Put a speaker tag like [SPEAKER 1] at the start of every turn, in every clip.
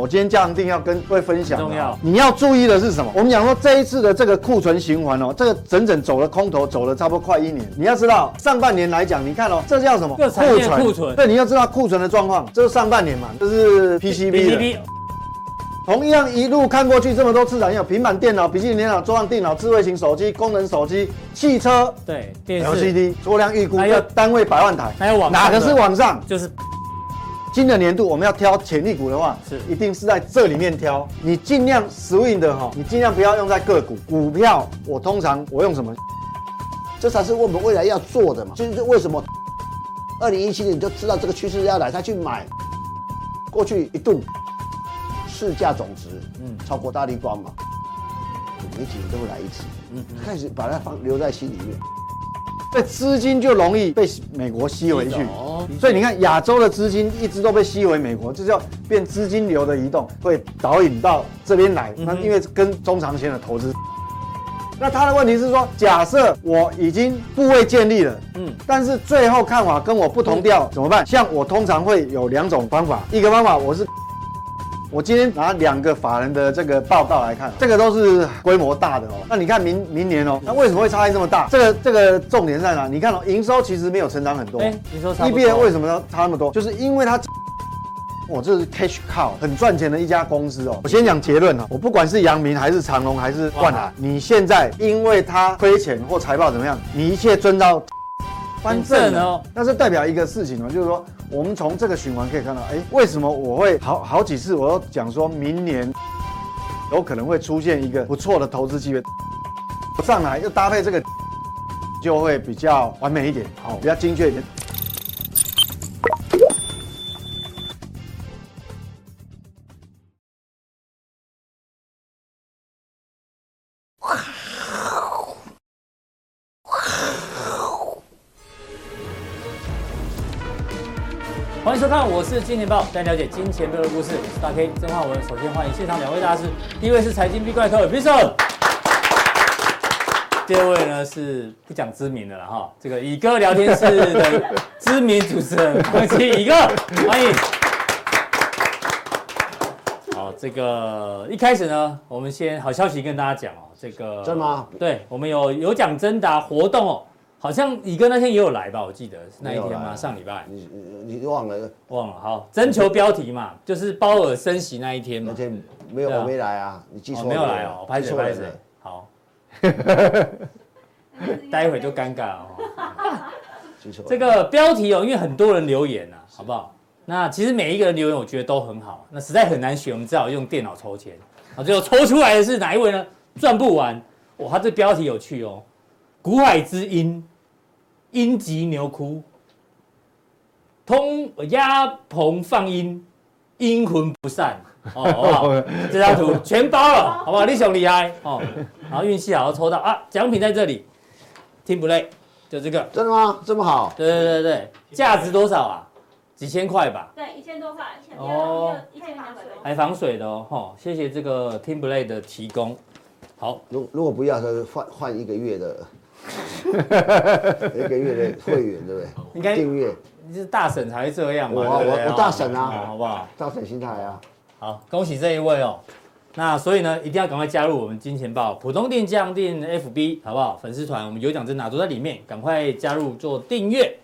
[SPEAKER 1] 我今天这样一定要跟各位分享、啊，
[SPEAKER 2] 很重要
[SPEAKER 1] 你要注意的是什么？我们讲说这一次的这个库存循环哦，这个整整走了空头，走了差不多快一年。你要知道，上半年来讲，你看哦，这叫什么？
[SPEAKER 2] 各产业库存
[SPEAKER 1] 对，你要知道库存的状况，这是上半年嘛，这是 PCB 的。
[SPEAKER 2] PCB
[SPEAKER 1] 同样一路看过去，这么多次产业，平板电脑、笔记本电脑、桌上电脑、智慧型手机、功能手机、汽车、
[SPEAKER 2] 对电视
[SPEAKER 1] LCD，数量预估
[SPEAKER 2] 还
[SPEAKER 1] 要
[SPEAKER 2] 有
[SPEAKER 1] 单位百万台，
[SPEAKER 2] 还有网
[SPEAKER 1] 哪
[SPEAKER 2] 上的
[SPEAKER 1] 个是往上？
[SPEAKER 2] 就是
[SPEAKER 1] 新的年度我们要挑潜力股的话，
[SPEAKER 2] 是
[SPEAKER 1] 一定是在这里面挑。你尽量 swing 的哈，你尽量不要用在个股。股票我通常我用什么？
[SPEAKER 3] 这才是我们未来要做的嘛。就是为什么二零一七年你就知道这个趋势要来，他去买，过去一度市价总值嗯超过大力光嘛，每几年都会来一次，嗯，开始把它放留在心里面。
[SPEAKER 1] 这资金就容易被美国吸回去
[SPEAKER 3] 哦，
[SPEAKER 1] 所以你看亚洲的资金一直都被吸回美国，这叫变资金流的移动，会导引到这边来。那因为跟中长线的投资，那他的问题是说，假设我已经部位建立了，
[SPEAKER 2] 嗯
[SPEAKER 1] 嗯，但是最后看法跟我不同调怎么办？像我通常会有两种方法，一个方法我是。我今天拿两个法人的这个报告来看，这个都是规模大的哦。那你看明明年哦，那为什么会差异这么大？这个这个重点在哪？你看哦，营收其实没有成长很多。
[SPEAKER 2] 哎营收差不多
[SPEAKER 1] EBA E 为什么要差那么多？就是因为它。我这是 cash cow，很赚钱的一家公司哦。我先讲结论啊，我不管是阳明还是长隆还是万
[SPEAKER 2] 哇
[SPEAKER 1] 海，你现在因为它亏钱或财报怎么样，你一切遵照翻正
[SPEAKER 2] 很正哦
[SPEAKER 1] 哦。那是代表一个事情哦，就是说我们从这个循环可以看到，哎，为什么我会好好几次我都讲说明年有可能会出现一个不错的投资机会，上来又搭配这个就会比较完美一点，好，比较精确一点。
[SPEAKER 2] 欢迎收看，我是金钱豹，带你了解金钱背后的故事。我是大 K 曾焕文，首先欢迎现场两位大师，第一位是财经 B 怪客 Bison，第二位呢是不讲知名的了哈，这个乙哥聊天室的知名主持人黄奇乙哥，欢迎。好，这个一开始呢，我们先好消息跟大家讲哦，这个
[SPEAKER 3] 真的吗？
[SPEAKER 2] 对，我们有有奖征答活动哦，好像乙哥那天也有来吧，我记得是那一天
[SPEAKER 3] 没有
[SPEAKER 2] 吗？
[SPEAKER 3] 来
[SPEAKER 2] 上礼拜。
[SPEAKER 3] 你你你忘了
[SPEAKER 2] 忘了，好，征求标题嘛，就是鲍尔升息那一天嘛
[SPEAKER 3] 那。天没有
[SPEAKER 2] 对啊
[SPEAKER 3] 我没来啊？你记
[SPEAKER 2] 哦，
[SPEAKER 3] 错
[SPEAKER 2] 没有来
[SPEAKER 3] 了
[SPEAKER 2] 哦，拍
[SPEAKER 3] 记
[SPEAKER 2] 谁
[SPEAKER 3] 错
[SPEAKER 2] 拍
[SPEAKER 3] 人
[SPEAKER 2] 谁
[SPEAKER 3] 了。
[SPEAKER 2] 好，
[SPEAKER 4] 嗯
[SPEAKER 2] 待会就尴尬了哦。
[SPEAKER 3] 记错了
[SPEAKER 2] 这个标题哦，因为很多人留言啊，好不好？那其实每一个人留言，我觉得都很好。啊那实在很难选，我们只好用电脑抽签。啊，最后抽出来的是哪一位呢？赚不完。哦哇，他这标题有趣哦，股海之鹰，鹰急牛哭，通呃压棚放鹰，阴魂不散。哦，好不好？这张图全包了，好不好？你熊厉害哦。然后运气好，抽到啊，奖品在这里，听不累，就这个。
[SPEAKER 3] 真的吗？这么好？
[SPEAKER 2] 对对对对，价值多少啊？几千块吧，
[SPEAKER 5] 对，一千多块，一千
[SPEAKER 2] 哦
[SPEAKER 5] 一千两百多。
[SPEAKER 2] 还防水的哦。吼，谢谢这个 Timberlake 的提供。好，
[SPEAKER 3] 如如果不要，他就换换一个月 的，一个月的会员，对不对？
[SPEAKER 2] 应该
[SPEAKER 3] 订阅
[SPEAKER 2] 你是大婶才会这样嘛？
[SPEAKER 3] 我啊
[SPEAKER 2] 对不对
[SPEAKER 3] 我我大婶啊
[SPEAKER 2] 哦好不好？
[SPEAKER 3] 大神心态啊，
[SPEAKER 2] 好，恭喜这一位哦。那所以呢，一定要赶快加入我们金钱豹普通店、降店 FB，好不好？粉丝团我们有奖征答都在里面，赶快加入做订阅。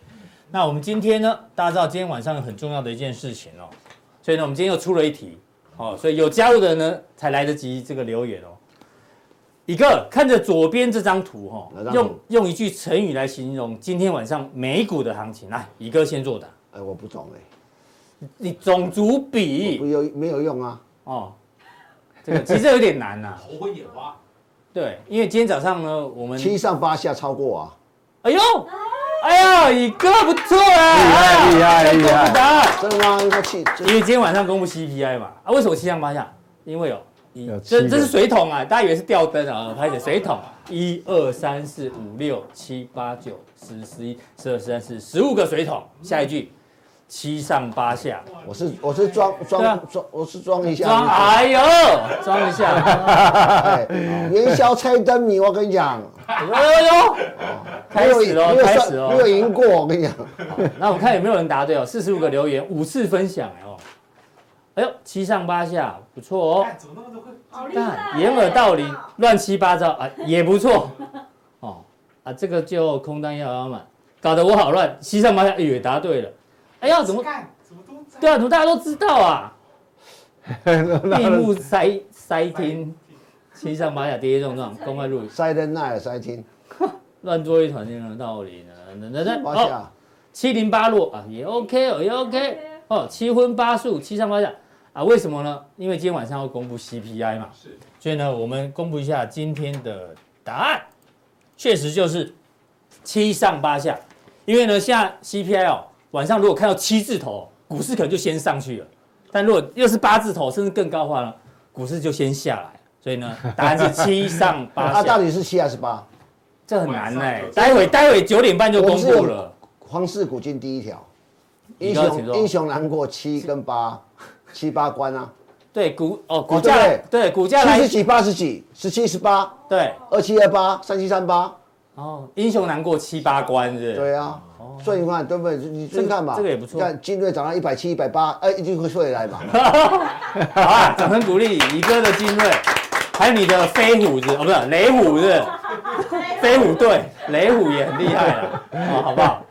[SPEAKER 2] 那我们今天呢，大家知道今天晚上很重要的一件事情哦，所以呢，我们今天又出了一题哦，所以有加入的人呢，才来得及这个留言哦。一个看着左边这张图哈、
[SPEAKER 3] 哪
[SPEAKER 2] 哦，
[SPEAKER 3] 张图
[SPEAKER 2] 用用一句成语来形容今天晚上美股的行情。来，一个先作答，
[SPEAKER 3] 哎，我不懂哎，
[SPEAKER 2] 你种族比
[SPEAKER 3] 我不有没有用啊？
[SPEAKER 2] 哦，这个其实有点难呐、啊
[SPEAKER 4] 头昏眼花，
[SPEAKER 2] 对，因为今天早上呢，我们
[SPEAKER 3] 七上八下超过啊，
[SPEAKER 2] 哎呦，哎呦，乙哥不错啊，
[SPEAKER 1] 厉害
[SPEAKER 2] 哎呀
[SPEAKER 1] 厉害厉害
[SPEAKER 2] 公布答案
[SPEAKER 3] 真的吗？应该七，
[SPEAKER 2] 因为今天晚上公布 CPI 嘛，啊，为什么七上八下？因为有一
[SPEAKER 1] 有，七
[SPEAKER 2] 这
[SPEAKER 1] 个
[SPEAKER 2] 这是水桶啊，大家以为是吊灯啊，拍的水桶，一二三四五六七八九十十一十二十三四十五个水桶，下一句七上八下，
[SPEAKER 3] 我是我是装
[SPEAKER 2] 对啊
[SPEAKER 3] 装装，我是装一下。
[SPEAKER 2] 装哎呦，装一下，
[SPEAKER 3] 哎，元宵猜灯谜，我跟你讲，
[SPEAKER 2] 哎呦，开始
[SPEAKER 3] 没有
[SPEAKER 2] 喽，
[SPEAKER 3] 没有
[SPEAKER 2] 开
[SPEAKER 3] 算
[SPEAKER 2] 始喽，
[SPEAKER 3] 没有赢过，我跟你讲，
[SPEAKER 2] 那我们看有没有人答对哦，四十五个留言，五次分享哎哦。哎呦，七上八下，不错哦。
[SPEAKER 5] 看怎么那么多会？
[SPEAKER 4] 好厉害，
[SPEAKER 2] 但掩耳盗铃，乱七八糟啊，也不错。哦啊，这个就空单要要买，搞得我好乱。七上八下，哎呦也答对了。哎呀，怎么？
[SPEAKER 5] 看怎么都在？
[SPEAKER 2] 对啊，怎么大家都知道 啊？闭目塞塞听，七上八下，跌跌撞撞，公开路
[SPEAKER 3] 塞得耐，塞听，
[SPEAKER 2] 乱作一团，掩耳盗铃啊！那那那
[SPEAKER 3] 八
[SPEAKER 2] 哦，
[SPEAKER 3] 下，
[SPEAKER 2] 七零八落啊，也 OK 哦，也 OK 哦，七荤八素，七上八下啊？为什么呢？因为今天晚上要公布 CPI 嘛。
[SPEAKER 5] 是
[SPEAKER 2] 所以呢，我们公布一下今天的答案，确实就是七上八下。因为呢，现在 CPI 哦，晚上如果看到七字头，股市可能就先上去了；但如果又是八字头，甚至更高的话呢，股市就先下来。所以呢，答案是七上
[SPEAKER 3] 啊，
[SPEAKER 2] 八
[SPEAKER 3] 到
[SPEAKER 2] 下，
[SPEAKER 3] 底是七还是八？
[SPEAKER 2] 这很难哎、
[SPEAKER 5] 晚上就
[SPEAKER 2] 待会待会九点半就公布了，
[SPEAKER 3] 皇室古今第一条，
[SPEAKER 2] 你
[SPEAKER 3] 英
[SPEAKER 2] 刚刚请
[SPEAKER 3] 雄
[SPEAKER 2] 说
[SPEAKER 3] 英雄难过七跟八，七八关啊，
[SPEAKER 2] 对股哦股
[SPEAKER 3] 哦
[SPEAKER 2] 价
[SPEAKER 3] 对
[SPEAKER 2] 对股价
[SPEAKER 3] 七
[SPEAKER 2] 来
[SPEAKER 3] 十几八十几，十七十八，
[SPEAKER 2] 对
[SPEAKER 3] 二七二八，三七三八，
[SPEAKER 2] 哦，英雄难过七八关是不是
[SPEAKER 3] 对啊。所以你看，对不对？你
[SPEAKER 2] 这个
[SPEAKER 3] 你看嘛，
[SPEAKER 2] 哦这个也不错
[SPEAKER 3] 你看金瑞涨到一百七、一百八，哎，一定会回来嘛。
[SPEAKER 2] 好啊，掌声鼓励宇哥的精锐，还有你的飞虎子哦，不是雷虎子，飞虎队雷虎也很厉害了，哦，好不好？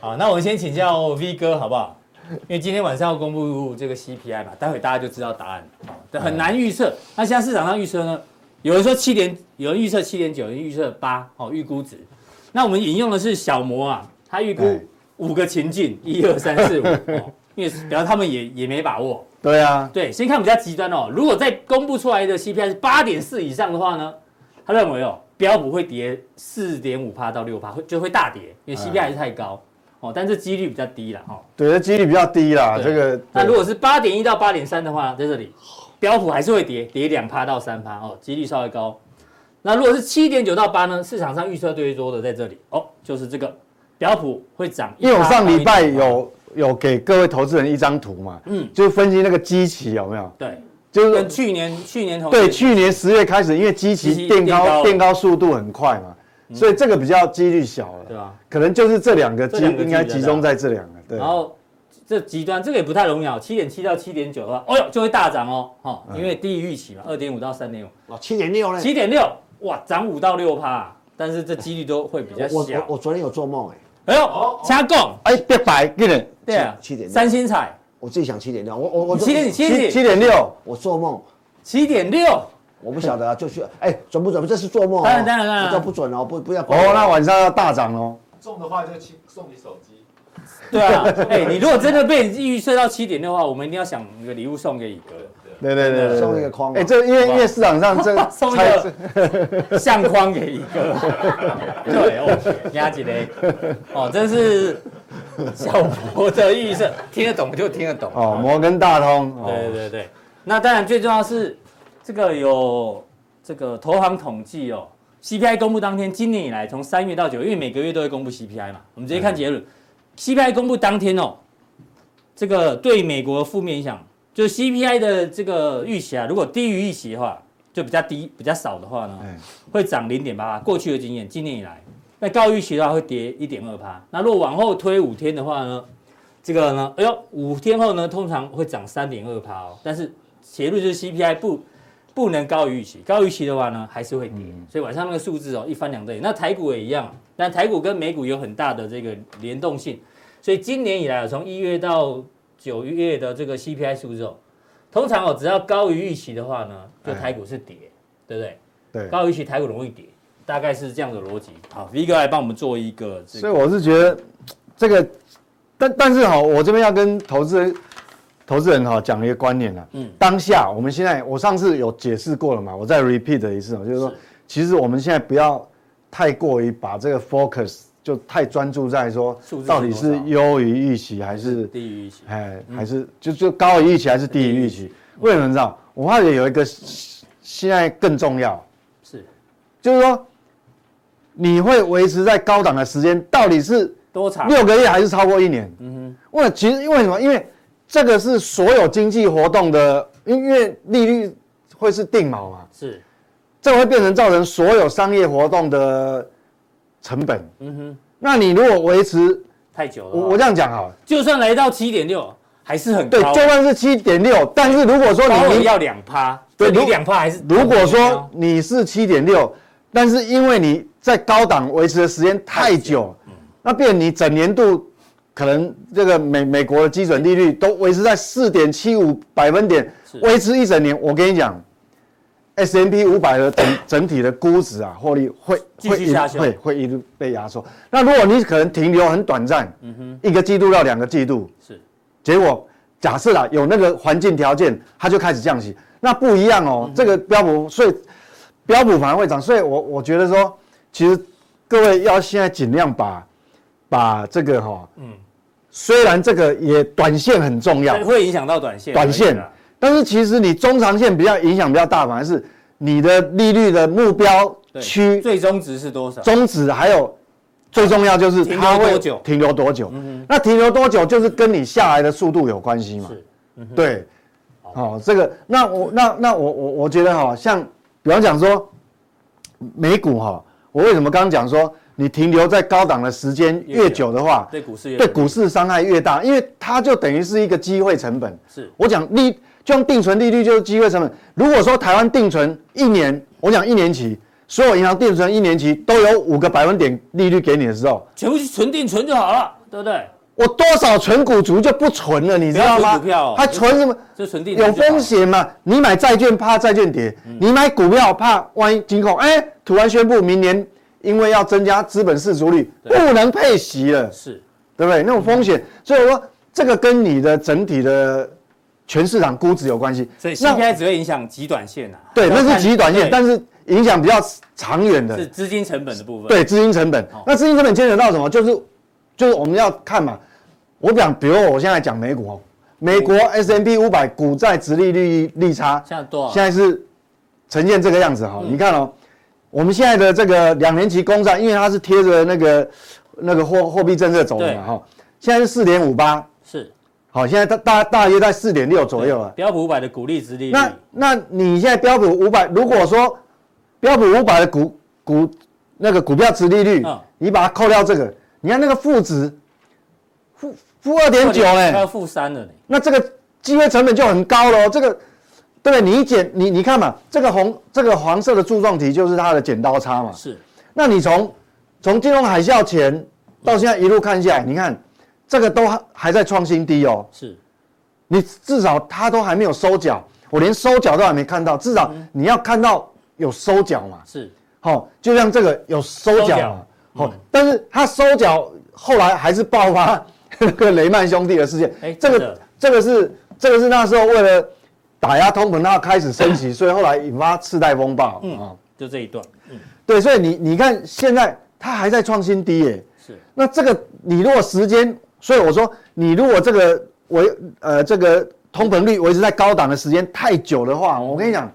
[SPEAKER 2] 好，那我先请教 V 哥好不好？因为今天晚上要公布这个 CPI 嘛，待会大家就知道答案，好但很难预测。那现在市场上预测呢？有人说七点，有人预测七点九，有人预测八，哦，预估值。那我们引用的是小摩啊，他预估
[SPEAKER 1] 哎
[SPEAKER 2] 五个情境，一二三四五，哦因为表示他们也也没把握。
[SPEAKER 1] 对啊，
[SPEAKER 2] 对，先看比较极端哦。如果在公布出来的 CPI 是八点四以上的话呢，他认为哦，标普会跌四点五帕到六帕，会就会大跌，
[SPEAKER 1] 哎
[SPEAKER 2] 因为 CPI 还是太高、哦，但这几率比较低了哦。
[SPEAKER 1] 对，这几率比较低啦。
[SPEAKER 2] 对
[SPEAKER 1] 这个
[SPEAKER 2] 那如果是八点一到八点三的话，在这里标普还是会跌，跌两趴到三趴哦，几率稍微高。那如果是七点九到八呢？市场上预测最多的在这里哦，就是这个标普会涨1%，
[SPEAKER 1] 因为我上礼拜有有给各位投资人一张图嘛，
[SPEAKER 2] 嗯
[SPEAKER 1] 就是分析那个基期有没有，
[SPEAKER 2] 对，
[SPEAKER 1] 就是
[SPEAKER 2] 跟去年去年同期
[SPEAKER 1] 对，去年十月开始，因为基
[SPEAKER 2] 基期
[SPEAKER 1] 期垫
[SPEAKER 2] 垫高
[SPEAKER 1] 高
[SPEAKER 2] 了嗯
[SPEAKER 1] 垫高速度很快嘛，所以这个比较几率小
[SPEAKER 2] 对
[SPEAKER 1] 了，
[SPEAKER 2] 吧、
[SPEAKER 1] 可能就是这两个
[SPEAKER 2] 这
[SPEAKER 1] 基
[SPEAKER 2] 两个
[SPEAKER 1] 应该
[SPEAKER 2] 基比较
[SPEAKER 1] 集中在这两个，对
[SPEAKER 2] 然，后这极端这个也不太容易啊，七点七到七点九的话，哦呦就会大涨哦，哦，因为低于预期嘛，二点五到三点五，
[SPEAKER 3] 哦，七点六呢？
[SPEAKER 2] 七点六哇涨五到六趴，啊但是这几率都会比较
[SPEAKER 3] 我我
[SPEAKER 2] 小。
[SPEAKER 3] 我昨天有做梦哎，
[SPEAKER 2] 哎
[SPEAKER 5] 哦
[SPEAKER 2] 呦，加共
[SPEAKER 1] 哎，别白，给人
[SPEAKER 2] 对啊，
[SPEAKER 3] 7.6
[SPEAKER 2] 三星彩
[SPEAKER 3] 我自己想七点六，我我我
[SPEAKER 2] 七点
[SPEAKER 1] 七
[SPEAKER 2] 七
[SPEAKER 1] 七
[SPEAKER 2] 七
[SPEAKER 1] 点六，
[SPEAKER 3] 我做梦，
[SPEAKER 2] 七点六，
[SPEAKER 3] 我不晓得啊，就去哎准不准？这是做梦哦，
[SPEAKER 2] 当然当然当然
[SPEAKER 3] 这不准哦，不不要
[SPEAKER 1] 哦，那晚上要大涨哦，
[SPEAKER 5] 中的话就请送你手机。
[SPEAKER 2] 对啊，哎，你如果真的被预测到七点六的话，我们一定要想一个礼物送给宇哥，
[SPEAKER 1] 对对对对对，
[SPEAKER 3] 送一个框嘛
[SPEAKER 1] 哎，这因为因为市场上 这
[SPEAKER 2] 啊送一
[SPEAKER 1] 猜
[SPEAKER 2] 个 相框给宇哥，对哦，压几嘞，哦，真是小博的预测，听得懂就听得懂。啊
[SPEAKER 1] 哦，摩根大通，哦
[SPEAKER 2] 对对对，那当然最重要是这个有这个投行统计哦，CPI 公布当天，今年以来从三月到九月，因为每个月都会公布 CPI 嘛，我们直接看结论、c p i 公布当天哦，这个对美国负面影响，就是 CPI 的这个预期啊，如果低于预期的话，就比较低比较少的话呢，
[SPEAKER 1] 哎
[SPEAKER 2] 会涨零点八，过去的经验，今年以来，那高于预期的话会跌一点二趴。那如果往后推五天的话呢，这个呢，哎呦，五天后呢，通常会涨三点二趴哦。但是结论就是 CPI 不不能高于预期，高于预期的话呢，还是会跌。所以晚上那个数字哦，一翻两瞪眼。那台股也一样，但台股跟美股有很大的这个联动性，所以今年以来啊，从一月到九月的这个 CPI 数字哦，通常哦，只要高于预期的话呢，就台股是跌，对不对？
[SPEAKER 1] 哎对。
[SPEAKER 2] 高于预期台股容易跌，大概是这样的逻辑。好，V 哥来帮我们做一个这
[SPEAKER 1] 所以
[SPEAKER 2] 个，
[SPEAKER 1] 我是觉得这个，但但是哈，我这边要跟投资人投资人哈讲一个观念啊，
[SPEAKER 2] 嗯
[SPEAKER 1] 当下我们现在我上次有解释过了嘛，我再 repeat 一次哦，就是说
[SPEAKER 2] 是
[SPEAKER 1] 其实我们现在不要太过于把这个 focus 就太专注在说
[SPEAKER 2] 数字是
[SPEAKER 1] 到底
[SPEAKER 2] 多
[SPEAKER 1] 是
[SPEAKER 2] 少嗯
[SPEAKER 1] 优于预期还是
[SPEAKER 2] 低于预期，
[SPEAKER 1] 哎，还是就就高于预期还是低于预期？为什么你知道？我发觉有一个现在更重要，
[SPEAKER 2] 是
[SPEAKER 1] 就是说你会维持在高档的时间，到底是
[SPEAKER 2] 多长？
[SPEAKER 1] 六个月还是超过一年？
[SPEAKER 2] 嗯
[SPEAKER 1] 为其实因为什么？因为这个是所有经济活动的，因因为利率会是定锚嘛，
[SPEAKER 2] 哼，是，
[SPEAKER 1] 这会变成造成所有商业活动的成本。
[SPEAKER 2] 嗯哼，
[SPEAKER 1] 那你如果维持，
[SPEAKER 2] 太久了。
[SPEAKER 1] 我我这样讲好了，
[SPEAKER 2] 就算来到七点六，还是很
[SPEAKER 1] 对，
[SPEAKER 2] 高。
[SPEAKER 1] 就算是七点六，但是如果说
[SPEAKER 2] 高
[SPEAKER 1] 你
[SPEAKER 2] 了
[SPEAKER 1] 明
[SPEAKER 2] 要两趴，
[SPEAKER 1] 对
[SPEAKER 2] 对你
[SPEAKER 1] 如
[SPEAKER 2] 两趴还是
[SPEAKER 1] 如果说你是七点六，但是因为你在高档维持的时间太久，嗯那变你整年度可能这个美美国的基准利率都维持在四点七五百分点
[SPEAKER 2] 是，
[SPEAKER 1] 维持一整年。我跟你讲，S M P 五百的整整体的估值啊，获利会
[SPEAKER 2] 继续
[SPEAKER 1] 会一
[SPEAKER 2] 下修
[SPEAKER 1] 会会一路被压缩。那如果你可能停留很短暂，一个季度到两个季度，
[SPEAKER 2] 嗯是
[SPEAKER 1] 结果假设啦有那个环境条件，它就开始降息，那不一样
[SPEAKER 2] 嗯
[SPEAKER 1] 哦。这个标普，所以标普反而会涨，所以我我觉得说，其实各位要现在尽量把把这个哈、嗯，虽然这个也短线很重要，
[SPEAKER 2] 会影响到短线，
[SPEAKER 1] 短线
[SPEAKER 2] 可以啦，
[SPEAKER 1] 但是其实你中长线比较影响比较大，反而是你的利率的目标
[SPEAKER 2] 对
[SPEAKER 1] 区
[SPEAKER 2] 最终值是多少？
[SPEAKER 1] 终止，还有最重要就是
[SPEAKER 2] 停留
[SPEAKER 1] 它会
[SPEAKER 2] 多久嗯
[SPEAKER 1] 停留多久。那停留多久就是跟你下来的速度有关系嘛？
[SPEAKER 2] 是嗯
[SPEAKER 1] 对，哦，这个那我那那我我我觉得哈、像比方讲说美股哈、我为什么刚刚讲说你停留在高档的时间
[SPEAKER 2] 越久
[SPEAKER 1] 越久的话，
[SPEAKER 2] 对股市也
[SPEAKER 1] 对股市伤害越大，因为它就等于是一个机会成本。
[SPEAKER 2] 是
[SPEAKER 1] 我讲利，就像定存利率就是机会成本。如果说台湾定存一年，我讲一年期，所有银行定存一年期都有五个百分点利率给你的时候，
[SPEAKER 2] 全部去存定存就好了，对不对？
[SPEAKER 1] 我多少存股族就不存了，你知道
[SPEAKER 2] 不要
[SPEAKER 1] 吗？
[SPEAKER 2] 存股票哦
[SPEAKER 1] 他存什么？
[SPEAKER 2] 就存定存
[SPEAKER 1] 有
[SPEAKER 2] 就好
[SPEAKER 1] 风，险嘛？你买债券怕债券跌，
[SPEAKER 2] 嗯
[SPEAKER 1] 你买股票怕万一金控哎、突然宣布明年因为要增加资本市足率，不能配息了。
[SPEAKER 2] 是
[SPEAKER 1] 对不对？那种风险，所以我说这个跟你的整体的全市场估值有关系。
[SPEAKER 2] 所以
[SPEAKER 1] 那
[SPEAKER 2] CPI 只会影响极短线啊。
[SPEAKER 1] 对，
[SPEAKER 2] 要
[SPEAKER 1] 那是
[SPEAKER 2] 看
[SPEAKER 1] 极短线，
[SPEAKER 2] 对
[SPEAKER 1] 但是影响比较长远
[SPEAKER 2] 是哦
[SPEAKER 1] 的，
[SPEAKER 2] 资金成本的部分。
[SPEAKER 1] 对资金成本。那资金成本牵扯到什么？就是就是我们要看嘛。我讲，比如我现在讲美股哦，美国 S M P 五百股债直利率利差
[SPEAKER 2] 现在多少
[SPEAKER 1] 现在是呈现这个样子哈、
[SPEAKER 2] 嗯
[SPEAKER 1] 你看哦，我们现在的这个两年期公债，因为它是贴着那个那个货货币政策走的嘛哈、现在是四点五八，
[SPEAKER 2] 是
[SPEAKER 1] 好，现在大大大约在四点六左右了。
[SPEAKER 2] 标普五百的股利值利率，
[SPEAKER 1] 啊那那你现在标普五百，如果说标普五百的股股那个股票值利率，
[SPEAKER 2] 嗯
[SPEAKER 1] 你把它扣掉这个，你看那个负值负负二点九
[SPEAKER 2] 快要
[SPEAKER 1] 哎，
[SPEAKER 2] 负三了呢。
[SPEAKER 1] 那这个机会成本就很高了、这个对不对？你一减你你看嘛，这个红这个黄色的柱状体就是它的剪刀差嘛，
[SPEAKER 2] 是
[SPEAKER 1] 那你从从金融海啸前到现在一路看下来，你看这个都还还在创新低哦。
[SPEAKER 2] 是
[SPEAKER 1] 你至少它都还没有收脚，我连收脚都还没看到，至少
[SPEAKER 2] 嗯
[SPEAKER 1] 你要看到有收脚嘛，
[SPEAKER 2] 是，
[SPEAKER 1] 好、就像这个有收
[SPEAKER 2] 收嗯
[SPEAKER 1] 脚
[SPEAKER 2] 脚
[SPEAKER 1] 嘛，好、但是它收脚后来还是爆发 那个雷曼兄弟的事件，
[SPEAKER 2] 哎
[SPEAKER 1] 这
[SPEAKER 2] 真
[SPEAKER 1] 个
[SPEAKER 2] 的
[SPEAKER 1] 这个是这个是那时候为了打压通膨，它开始升息，所以后来引发次贷风暴，嗯、
[SPEAKER 2] 嗯，就这一段，嗯，
[SPEAKER 1] 对，所以你你看现在它还在创新低耶、
[SPEAKER 2] 是
[SPEAKER 1] 那这个你如果时间，所以我说你如果这个维呃这个通膨率维持在高档的时间太久的话，我跟你讲，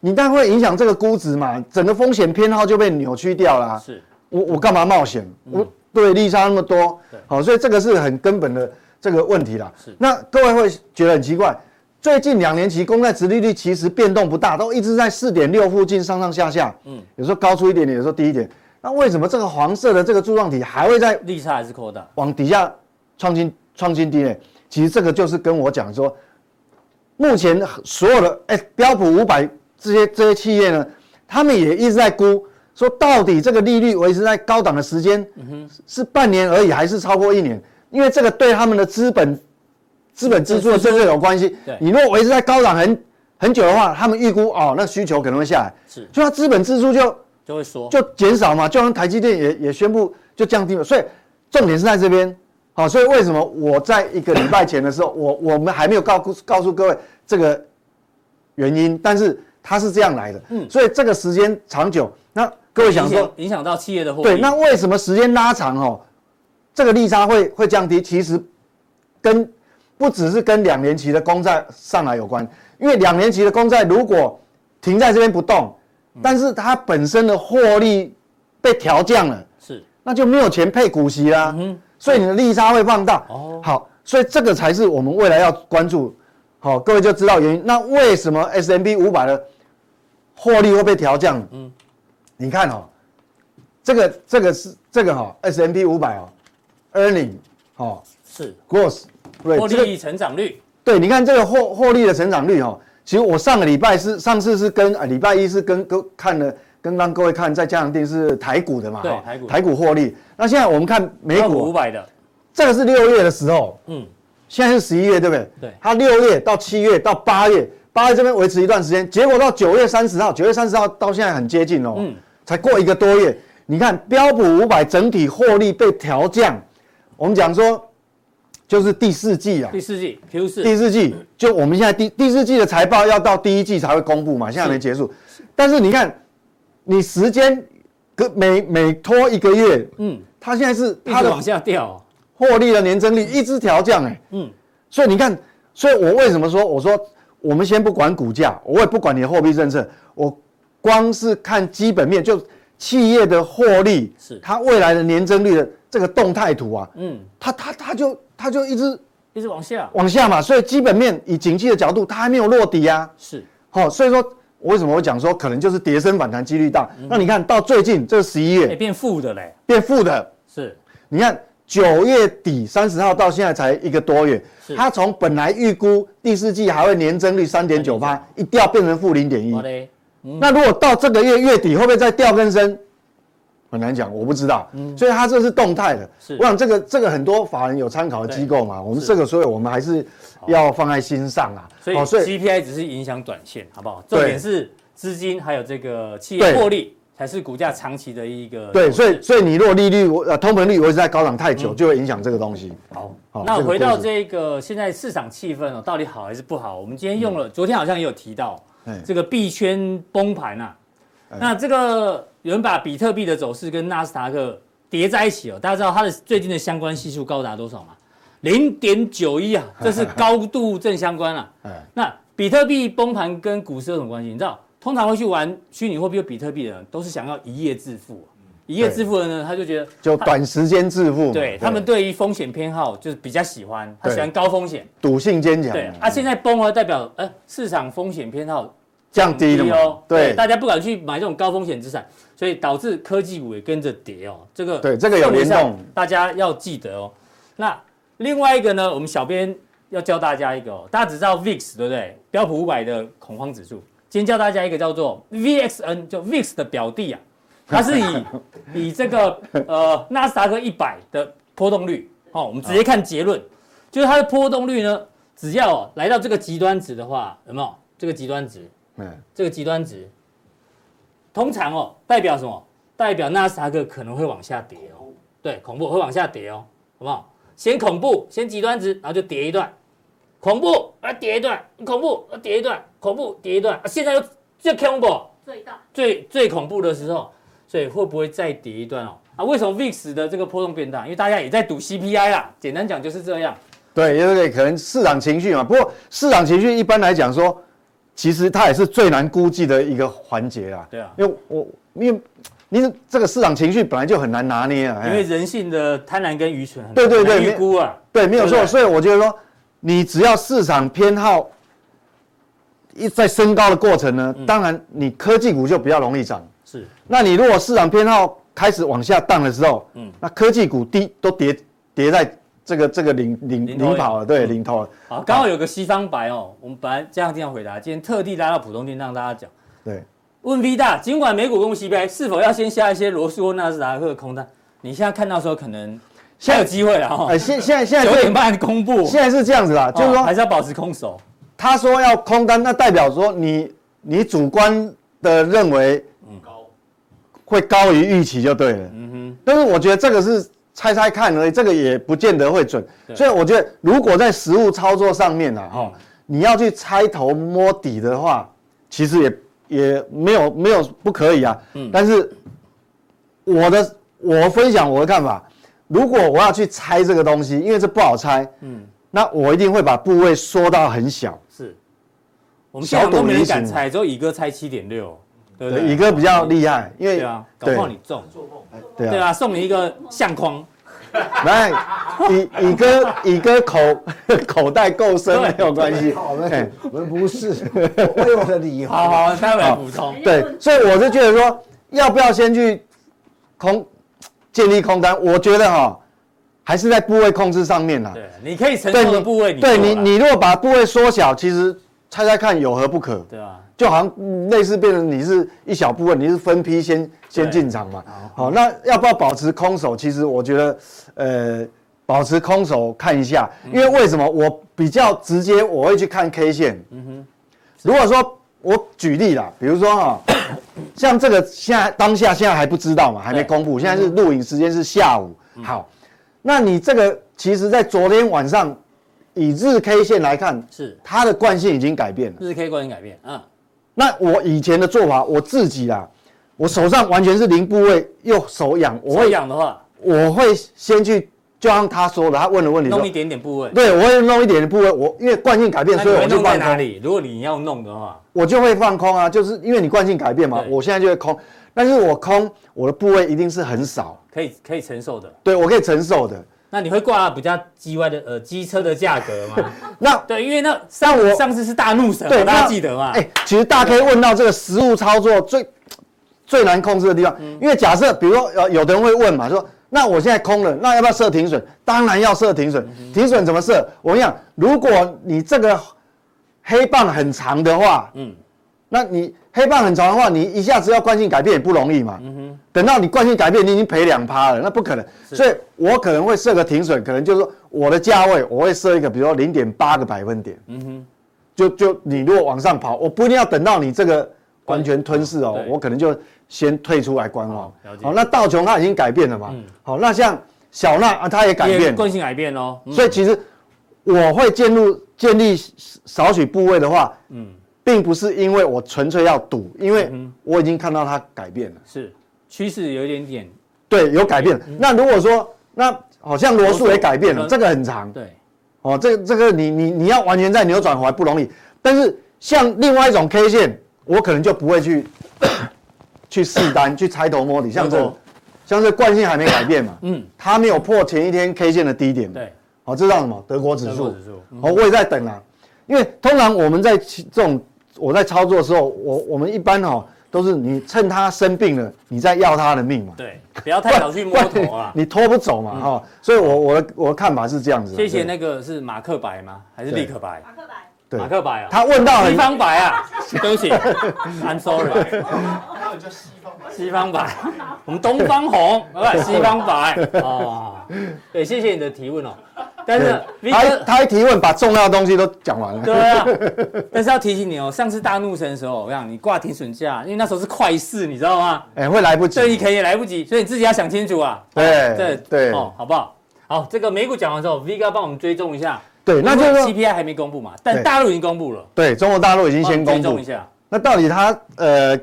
[SPEAKER 1] 你但会影响这个估值嘛，整个风险偏好就被扭曲掉啦、
[SPEAKER 2] 是
[SPEAKER 1] 我我干嘛冒险？我对利差那么多，好，所以这个是很根本的这个问题啦。那各位会觉得很奇怪，最近两年期公债殖利率其实变动不大，都一直在四点六附近上上下下，嗯，有时候高出一点点，有时候低一点。那为什么这个黄色的这个柱状体还会在
[SPEAKER 2] 利差还是扩大？
[SPEAKER 1] 往底下创新创新低呢？其实这个就是跟我讲说，目前所有的哎、标普五百这些这些企业呢，他们也一直在估说，到底这个利率维持在高档的时间、是半年而已，还是超过一年？因为这个对他们的资本资本支出的
[SPEAKER 2] 支
[SPEAKER 1] 政
[SPEAKER 2] 出
[SPEAKER 1] 策有关系
[SPEAKER 2] 对。
[SPEAKER 1] 你如果维持在高档很很久的话，他们预估哦，那需求可能会下来，
[SPEAKER 2] 是
[SPEAKER 1] 所以它资本支出就
[SPEAKER 2] 就会说，
[SPEAKER 1] 就减少嘛，就像台积电也也宣布就降低了，所以重点是在这边。好，所以为什么我在一个礼拜前的时候，我我们还没有告诉告诉各位这个原因，但是它是这样来的。嗯，所以这个时间长久，那各位想
[SPEAKER 2] 影响
[SPEAKER 1] 说，
[SPEAKER 2] 影响到企业的获利，
[SPEAKER 1] 对，那为什么时间拉长哦，这个利差会会降低？其实跟不只是跟两年期的公债上来有关，因为两年期的公债如果停在这边不动，但是它本身的获利被调降了，
[SPEAKER 2] 是
[SPEAKER 1] 那就没有钱配股息啦、
[SPEAKER 2] 嗯
[SPEAKER 1] 所以你的利差会放大。
[SPEAKER 2] 哦
[SPEAKER 1] 好，所以这个才是我们未来要关注。好，各位就知道原因。那为什么 S M B 五百的获利会被调降？嗯，你看哦，这个这个是这个哈、哦、S M B 五百哦，earning 哦
[SPEAKER 2] 是
[SPEAKER 1] growth 对
[SPEAKER 2] 获
[SPEAKER 1] 这个
[SPEAKER 2] 利成长率，
[SPEAKER 1] 对，你看这个获获利的成长率哦，其实我上个礼拜是上次是跟呃礼拜一是跟跟看了，跟让各位看在嘉阳店是台股的嘛，
[SPEAKER 2] 对
[SPEAKER 1] 哈
[SPEAKER 2] 台股
[SPEAKER 1] 台股获利。那现在我们看美
[SPEAKER 2] 标
[SPEAKER 1] 股啊哦
[SPEAKER 2] 五，百的，
[SPEAKER 1] 这个是六月的时候，
[SPEAKER 2] 嗯，
[SPEAKER 1] 现在是十一月，对不对？
[SPEAKER 2] 对
[SPEAKER 1] 它六月到七月到八月，八月这边维持一段时间，结果到九月三十号，九月三十号到现在很接近哦，
[SPEAKER 2] 嗯
[SPEAKER 1] 才过一个多月。你看标普五百整体获利被调降，我们讲说就是第四季啊，
[SPEAKER 2] 第四季 Q 四，
[SPEAKER 1] 第四季就我们现在第第四季的财报要到第一季才会公布嘛，现在还没结束。但是你看，你时间隔每每拖一个月，
[SPEAKER 2] 嗯，
[SPEAKER 1] 它现在是
[SPEAKER 2] 一
[SPEAKER 1] 它
[SPEAKER 2] 直
[SPEAKER 1] 的
[SPEAKER 2] 往下掉哦，
[SPEAKER 1] 获利的年增率一直调降哎、
[SPEAKER 2] 嗯，
[SPEAKER 1] 所以你看，所以我为什么说我说我们先不管股价，我也不管你的货币政策，我光是看基本面，就企业的获利
[SPEAKER 2] 是
[SPEAKER 1] 它未来的年增率的这个动态图啊，
[SPEAKER 2] 嗯，
[SPEAKER 1] 它它它就它就一直
[SPEAKER 2] 一直往下，
[SPEAKER 1] 往下嘛，所以基本面以景气的角度，它还没有落底啊。
[SPEAKER 2] 是，
[SPEAKER 1] 好、所以说我为什么会讲说可能就是跌升反弹几率大？那你看到最近这十一
[SPEAKER 2] 哎，
[SPEAKER 1] 月
[SPEAKER 2] 变负的嘞，
[SPEAKER 1] 变负的，
[SPEAKER 2] 是，
[SPEAKER 1] 你看九月底三十号到现在才一个多月
[SPEAKER 2] 是，
[SPEAKER 1] 它从本来预估第四季还会年增率三点九八，一掉变成负零点一
[SPEAKER 2] 好。嘞，
[SPEAKER 1] 那如果到这个月月底会不会再掉更深？很难讲，我不知道。所以它这是动态的
[SPEAKER 2] 嗯是。
[SPEAKER 1] 我想这个这个很多法人有参考的机构嘛，我们
[SPEAKER 2] 是
[SPEAKER 1] 这个所以我们还是要放在心上啊。
[SPEAKER 2] 所以
[SPEAKER 1] 哦
[SPEAKER 2] CPI 只是影响短线，好不好？重点是资金还有这个企业
[SPEAKER 1] 对
[SPEAKER 2] 获利才是股价长期的一个
[SPEAKER 1] 对，
[SPEAKER 2] 走势
[SPEAKER 1] 所以所以你如果利率呃通膨率维持在高涨太久，就会影响这个东西。
[SPEAKER 2] 好
[SPEAKER 1] 好，
[SPEAKER 2] 嗯那
[SPEAKER 1] 哦这个
[SPEAKER 2] 回
[SPEAKER 1] 可以
[SPEAKER 2] 到
[SPEAKER 1] 是
[SPEAKER 2] 这个现在市场气氛哦，到底好还是不好？我们今天用了，昨天好像也有提到
[SPEAKER 1] 嗯哎
[SPEAKER 2] 这个币圈崩盘啊。那这个有人把比特币的走势跟纳斯达克叠在一起哦，大家知道它的最近的相关系数高达多少吗？零点 九一啊，这是高度正相关啊。
[SPEAKER 1] 哎，
[SPEAKER 2] 那比特币崩盘跟股市有什么关系？你知道，通常会去玩虚拟货币或比特币的人，都是想要一夜致富啊。
[SPEAKER 1] 嗯
[SPEAKER 2] 一夜致富的人呢，他就觉得
[SPEAKER 1] 就短时间致富嘛。
[SPEAKER 2] 对他们对于风险偏好就是比较喜欢，他
[SPEAKER 1] 对
[SPEAKER 2] 喜欢高风险。
[SPEAKER 1] 赌性坚强。
[SPEAKER 2] 对，啊，现在崩了代表呃市场风险偏好
[SPEAKER 1] 降低了嘛
[SPEAKER 2] 哦，
[SPEAKER 1] 对
[SPEAKER 2] 大家不敢去买这种高风险资产，所以导致科技股也跟着跌哦。这个
[SPEAKER 1] 对这个有联动
[SPEAKER 2] 重点上大家要记得哦。那另外一个呢，我们小编要教大家一个哦，大家只知道 VIX 对不对？标普五百的恐慌指数，今天教大家一个叫做 VXN，就 VIX 的表弟啊，它 是以以这个呃纳斯达克一百的波动率哦，我们直接看结论，就是它的波动率呢，只要哦来到这个极端值的话，有没有这个极端值？
[SPEAKER 1] 嗯，
[SPEAKER 2] 这个极端值，通常哦代表什么？代表纳斯达克可能会往下跌哦，对，恐怖会往下跌哦，好不好？先恐怖，先极端值，然后就跌一段，恐怖啊跌一段，恐怖啊跌一段，恐怖跌一段，啊、现在又最恐怖，
[SPEAKER 4] 最大。
[SPEAKER 2] 最最恐怖的时候，所以会不会再跌一段哦？啊，为什么 VIX 的这个波动变大？因为大家也在赌 CPI 啦，简单讲就是这样。
[SPEAKER 1] 对，因为可能市场情绪嘛。不过市场情绪一般来讲说，其实它也是最难估计的一个环节啊。
[SPEAKER 2] 对啊
[SPEAKER 1] 因为我因为你这个市场情绪本来就很难拿捏啊。哎
[SPEAKER 2] 因为人性的贪婪跟愚蠢很
[SPEAKER 1] 对对对
[SPEAKER 2] 难
[SPEAKER 1] 没
[SPEAKER 2] 预估啊，
[SPEAKER 1] 对，没有
[SPEAKER 2] 对
[SPEAKER 1] 错。
[SPEAKER 2] 不对
[SPEAKER 1] 所以我觉得说，你只要市场偏好一在升高的过程呢，
[SPEAKER 2] 嗯
[SPEAKER 1] 当然你科技股就比较容易涨。
[SPEAKER 2] 是
[SPEAKER 1] 那你如果市场偏好开始往下荡的时候，
[SPEAKER 2] 嗯
[SPEAKER 1] 嗯，那科技股低都跌跌在这个这个领领
[SPEAKER 2] 领头羊嗯
[SPEAKER 1] 领跑了，对，领头了，
[SPEAKER 2] 好，刚好有个西方白哦，我们本来这样这样回答，今天特地拉到普通店让大家讲。
[SPEAKER 1] 对，
[SPEAKER 2] 问 V 大，尽管美股公司呗，是否要先下一些罗素或纳斯达克的空单？你现在看到的时候可能现在有机会了哈、
[SPEAKER 1] 哎，
[SPEAKER 2] 哦，
[SPEAKER 1] 现现在现在
[SPEAKER 2] 九
[SPEAKER 1] 这
[SPEAKER 2] 点半公布，
[SPEAKER 1] 现在是这样子啦，就是
[SPEAKER 2] 哦
[SPEAKER 1] 说
[SPEAKER 2] 还是要保持空手。
[SPEAKER 1] 他说要空单，那代表说你你主观的认为
[SPEAKER 5] 高，
[SPEAKER 1] 会高于预期就对了。
[SPEAKER 2] 嗯
[SPEAKER 1] 但是我觉得这个是猜猜看而已，这个也不见得会准。
[SPEAKER 2] 对
[SPEAKER 1] 所以我觉得如果在实物操作上面啊，
[SPEAKER 2] 哼，
[SPEAKER 1] 哈、
[SPEAKER 2] 哦，
[SPEAKER 1] 你要去猜头摸底的话，其实也也没有没有不可以啊。
[SPEAKER 2] 嗯
[SPEAKER 1] 但是我的我分享我的看法，如果我要去猜这个东西，因为这不好猜，
[SPEAKER 2] 嗯，
[SPEAKER 1] 那我一定会把部位缩到很小。
[SPEAKER 2] 是。我们现场都没人
[SPEAKER 1] 小赌
[SPEAKER 2] 敢
[SPEAKER 1] 怡情
[SPEAKER 2] 猜，只有乙哥猜七点六，对不
[SPEAKER 1] 对，
[SPEAKER 2] 对？
[SPEAKER 1] 乙哥比较厉害，因为
[SPEAKER 2] 对啊，搞不好你中。
[SPEAKER 5] 做梦。
[SPEAKER 1] 对
[SPEAKER 2] 对
[SPEAKER 1] 啊，
[SPEAKER 2] 啊，送你一个相框，
[SPEAKER 1] 来，乙乙哥乙哥口 口袋够深没有关系，
[SPEAKER 3] 我
[SPEAKER 1] 哎
[SPEAKER 3] 们我们不是， 我有我的理由。
[SPEAKER 2] 好好，待会来补充。
[SPEAKER 1] 对，所以我是觉得说，要不要先去空建立空单？我觉得哈，还是在部位控制上面啦。
[SPEAKER 2] 对，你可以承受的部位你做
[SPEAKER 1] 对
[SPEAKER 2] 啦，
[SPEAKER 1] 你，你如果把部位缩小，其实猜猜看有何不可？
[SPEAKER 2] 对啊吧？
[SPEAKER 1] 就好像嗯类似变成你是一小部分，你是分批先先进场嘛。好，那要不要保持空手？其实我觉得，呃，保持空手看一下，因为为什么我比较直接，我会去看 K 线。嗯哼，如果说我举例啦，比如说 哈、像这个现在当下现在还不知道嘛，还没公布，现在是录影时间是下午。好，那你这个其实在昨天晚上以日 K 线来看，
[SPEAKER 2] 是
[SPEAKER 1] 它的惯性已经改变了。
[SPEAKER 2] 日 K 观点改变啊，
[SPEAKER 1] 那我以前的做法，我自己啦，我手上完全是零部位，又手痒，我
[SPEAKER 2] 我
[SPEAKER 1] 会
[SPEAKER 2] 养的话，
[SPEAKER 1] 我会先去，就像他说的，他问的问题
[SPEAKER 2] 弄
[SPEAKER 1] 说
[SPEAKER 2] 一，点点部位，
[SPEAKER 1] 对我会弄一点的部位，我因为惯性改变，
[SPEAKER 2] 那你
[SPEAKER 1] 所以
[SPEAKER 2] 会
[SPEAKER 1] 我就
[SPEAKER 2] 弄在
[SPEAKER 1] 放
[SPEAKER 2] 哪
[SPEAKER 1] 空，
[SPEAKER 2] 里？如果你要弄的话，
[SPEAKER 1] 我就会放空啊，就是因为你惯性改变嘛，
[SPEAKER 2] 对
[SPEAKER 1] 我现在就会空，但是我空我的部位一定是很少，
[SPEAKER 2] 可以可以承受的。
[SPEAKER 1] 对我可以承受的。
[SPEAKER 2] 那你会挂比较机歪的呃机车的价格吗？
[SPEAKER 1] 那
[SPEAKER 2] 对，因为那上
[SPEAKER 1] 我
[SPEAKER 2] 上次是大怒神嘛，
[SPEAKER 1] 对，
[SPEAKER 2] 大
[SPEAKER 1] 那
[SPEAKER 2] 家记得嘛？
[SPEAKER 1] 哎、其实大家可以问到这个实物操作最最难控制的地方，
[SPEAKER 2] 嗯
[SPEAKER 1] 因为假设，比如说有有的人会问嘛，说那我现在空了，那要不要设停损？当然要设停损，
[SPEAKER 2] 嗯
[SPEAKER 1] 停损怎么设？我跟你讲，如果你这个黑棒很长的话，
[SPEAKER 2] 嗯
[SPEAKER 1] 嗯，那你黑棒很长的话，你一下子要惯性改变也不容易嘛。等到你惯性改变，你已经赔两趴了，那不可能。所以我可能会设个停损，可能就是说我的价位我会设一个，比如说零点八个百分点。嗯哼，就就你如果往上跑，我不一定要等到你这个完全吞噬哦，
[SPEAKER 2] 对
[SPEAKER 1] 我可能就先退出来观望
[SPEAKER 2] 好了。解嗯
[SPEAKER 1] 好，那道琼它已经改变了嘛？好，那像小纳啊，它也改
[SPEAKER 2] 因为
[SPEAKER 1] 变了，
[SPEAKER 2] 惯性改变哦。嗯
[SPEAKER 1] 所以其实我会建入建立少许部位的话，嗯，并不是因为我纯粹要赌，因
[SPEAKER 2] 嗯
[SPEAKER 1] 为我已经看到它改变了，
[SPEAKER 2] 是趋势有一点点
[SPEAKER 1] 对，有改
[SPEAKER 2] 嗯
[SPEAKER 1] 变了。那如果说那好像罗素也改变
[SPEAKER 2] 罗
[SPEAKER 1] 了，
[SPEAKER 2] 素
[SPEAKER 1] 这个很长
[SPEAKER 2] 对，
[SPEAKER 1] 哦，这这个你你你要完全再扭转回来不容易。但是像另外一种 K 线，我可能就不会去 去试单去猜头摸底，像这
[SPEAKER 2] 没错
[SPEAKER 1] 像这惯性还没改变嘛，
[SPEAKER 2] 嗯
[SPEAKER 1] 嗯，它没有破前一天 K 线的低点嘛，
[SPEAKER 2] 对，
[SPEAKER 1] 好，这叫什么？德国指
[SPEAKER 2] 德
[SPEAKER 1] 数
[SPEAKER 2] 国指数。嗯
[SPEAKER 1] 哦，我也在等啊，因为通常我们在其这种我在操作的时候，我我们一般哈、哦、都是你趁他生病了，你再要他的命嘛，
[SPEAKER 2] 对，不要太早去摸头啊。
[SPEAKER 1] 你拖 不走嘛哈、哦所以我我的我的看法是这样子啊。
[SPEAKER 2] 谢谢
[SPEAKER 1] 对
[SPEAKER 2] 那个是马克白吗？还是立可白？
[SPEAKER 4] 马克白，
[SPEAKER 1] 对
[SPEAKER 2] 马克白啊，
[SPEAKER 1] 他问到
[SPEAKER 2] 西
[SPEAKER 1] 很
[SPEAKER 2] 方 白啊，对不起，I'm sorry，
[SPEAKER 5] 那你叫西 方吧。
[SPEAKER 2] 西方白，我们东方红， 不是西方白哦。对，谢谢你的提问哦。但是
[SPEAKER 1] 对哎他
[SPEAKER 2] Victor，
[SPEAKER 1] 他一提问，把重要的东西都讲完
[SPEAKER 2] 对
[SPEAKER 1] 了。
[SPEAKER 2] 啊，但是要提醒你哦，上次大怒神的时候，我让你挂停损价，因为那时候是快市，你知道吗？
[SPEAKER 1] 哎、会来不
[SPEAKER 2] 这一
[SPEAKER 1] 及。
[SPEAKER 2] 可能也来不及，所以你自己要想清楚啊。
[SPEAKER 1] 对
[SPEAKER 2] 这
[SPEAKER 1] 对
[SPEAKER 2] 哦，好不好？好，这个美股讲完之后，V 哥帮我们追踪一下。
[SPEAKER 1] 对，那就是说，
[SPEAKER 2] CPI 还没公布嘛，但
[SPEAKER 1] 对
[SPEAKER 2] 大陆已经公布了，
[SPEAKER 1] 对中国大陆已经先公
[SPEAKER 2] 帮我们追踪
[SPEAKER 1] 布
[SPEAKER 2] 一。下。
[SPEAKER 1] 那到底他呃